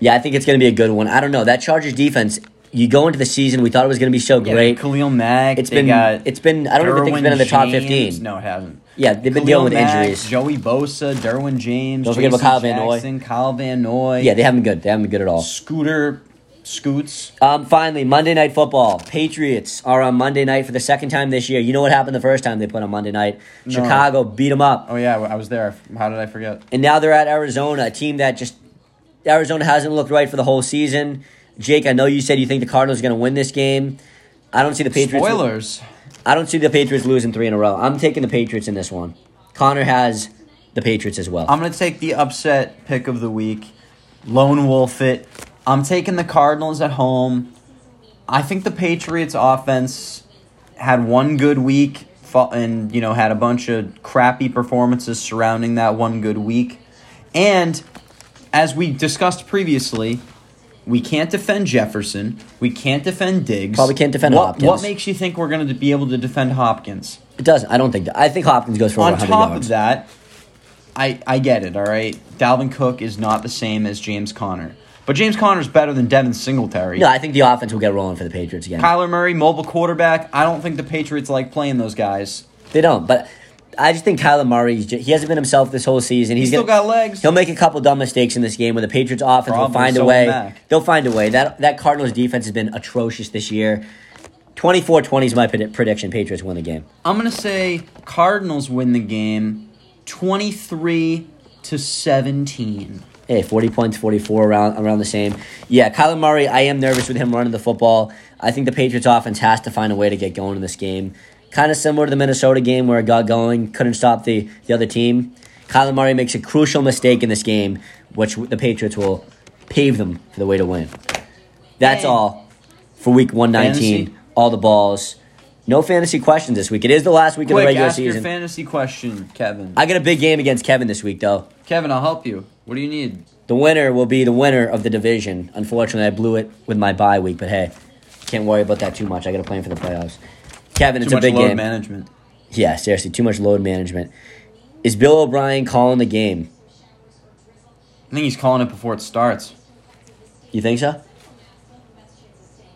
Yeah, I think it's going to be a good one. I don't know that Chargers defense. You go into the season, we thought it was going to be so
Yeah,
great.
Khalil Mack.
It's
they
been
got
it's been I don't even think it's
Derwin
been in the top
James.
fifteen.
No, it hasn't.
Yeah, they've been
Khalil
dealing with
Mack,
injuries.
Joey Bosa, Derwin James.
Don't forget about
Jason
Kyle Van Noy.
Jackson, Kyle Van Noy.
Yeah, they haven't been good. They haven't been good at all.
Scooter Scoots.
Um, finally, Monday Night Football. Patriots are on Monday night for the second time this year. You know what happened the first time they put on Monday night? Chicago beat them up.
Oh yeah, I was there. How did I forget?
And now they're at Arizona, a team that just Arizona hasn't looked right for the whole season. Jake, I know you said you think the Cardinals are going to win this game. I don't see the Patriots.
Spoilers.
I don't see the Patriots losing three in a row. I'm taking the Patriots in this one. Connor has the Patriots as well.
I'm gonna take the upset pick of the week. Lone wolf it. I'm taking the Cardinals at home. I think the Patriots offense had one good week fo- and you know had a bunch of crappy performances surrounding that one good week. And as we discussed previously, we can't defend Jefferson. We can't defend Diggs.
Probably can't defend
what,
Hopkins.
What makes you think we're going to be able to defend Hopkins?
it doesn't. I don't think. I think Hopkins goes for over
on
100
top
yards.
of that, I I get it. All right, Dalvin Cook is not the same as James Conner, but James Conner's better than Devin Singletary.
No, I think the offense will get rolling for the Patriots again.
Kyler Murray, mobile quarterback. I don't think the Patriots like playing those guys.
They don't. But I just think Kyler Murray, he's ju- he hasn't been himself this whole season. He's
He's still
gonna,
got legs.
He'll make a couple dumb mistakes in this game where the Patriots offense will
Probably,
find
so
a
will
way.
Mac.
They'll find a way. That that Cardinals defense has been atrocious this year. 24-20 is my pred- prediction. Patriots win the game.
I'm gonna say Cardinals win the game, twenty three to seventeen.
Hey, 40 points, 44 around around the same. Yeah, Kyler Murray, I am nervous with him running the football. I think the Patriots offense has to find a way to get going in this game. Kind of similar to the Minnesota game where it got going, couldn't stop the, the other team. Kyler Murray makes a crucial mistake in this game, which the Patriots will pave them for the way to win. That's
Hey.
all for week 119.
Fantasy.
All the balls. No fantasy questions this week. It is the last week of the
Quick,
regular
ask
season.
your fantasy question, Kevin.
I got a big game against Kevin this week, though.
Kevin, I'll help you. What do you need?
The winner will be the winner of the division. Unfortunately, I blew it with my bye week, but hey, can't worry about that too much. I got to plan for the playoffs. Kevin, it's a
Too much
big
load
game.
management.
Yeah, seriously, too much load management. Is Bill O'Brien calling the game?
I think he's calling it before it starts.
You think so?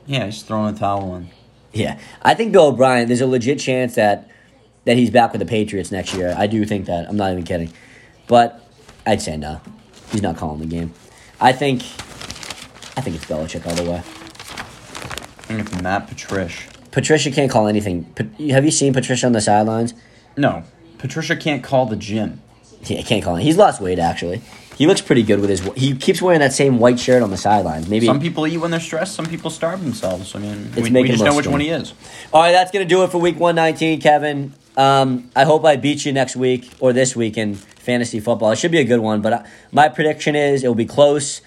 Yeah, he's throwing a towel in.
Yeah, I think Bill O'Brien. There's a legit chance that that he's back with the Patriots next year. I do think that. I'm not even kidding. But I'd say no. He's not calling the game. I think. I think it's Belichick all the way.
And it's Matt Patrish.
Patricia can't call anything. Pat- have you seen Patricia on the sidelines?
No, Patricia can't call the gym.
Yeah, I can't call him. He's lost weight actually. He looks pretty good with his. He keeps wearing that same white shirt on the sidelines. Maybe.
Some people eat when they're stressed. Some people starve themselves. I mean, we,
making
we just know
most
which
of
one he
them.
is.
All right, that's gonna do it for Week One Nineteen, Kevin. Um, I hope I beat you next week or this week in fantasy football. It should be a good one, but I, my prediction is it will be close.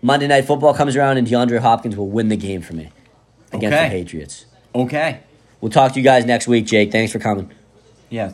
Monday Night Football comes around and DeAndre Hopkins will win the game for me against
Okay.
the Patriots.
Okay.
We'll talk to you guys next week, Jake. Thanks for coming.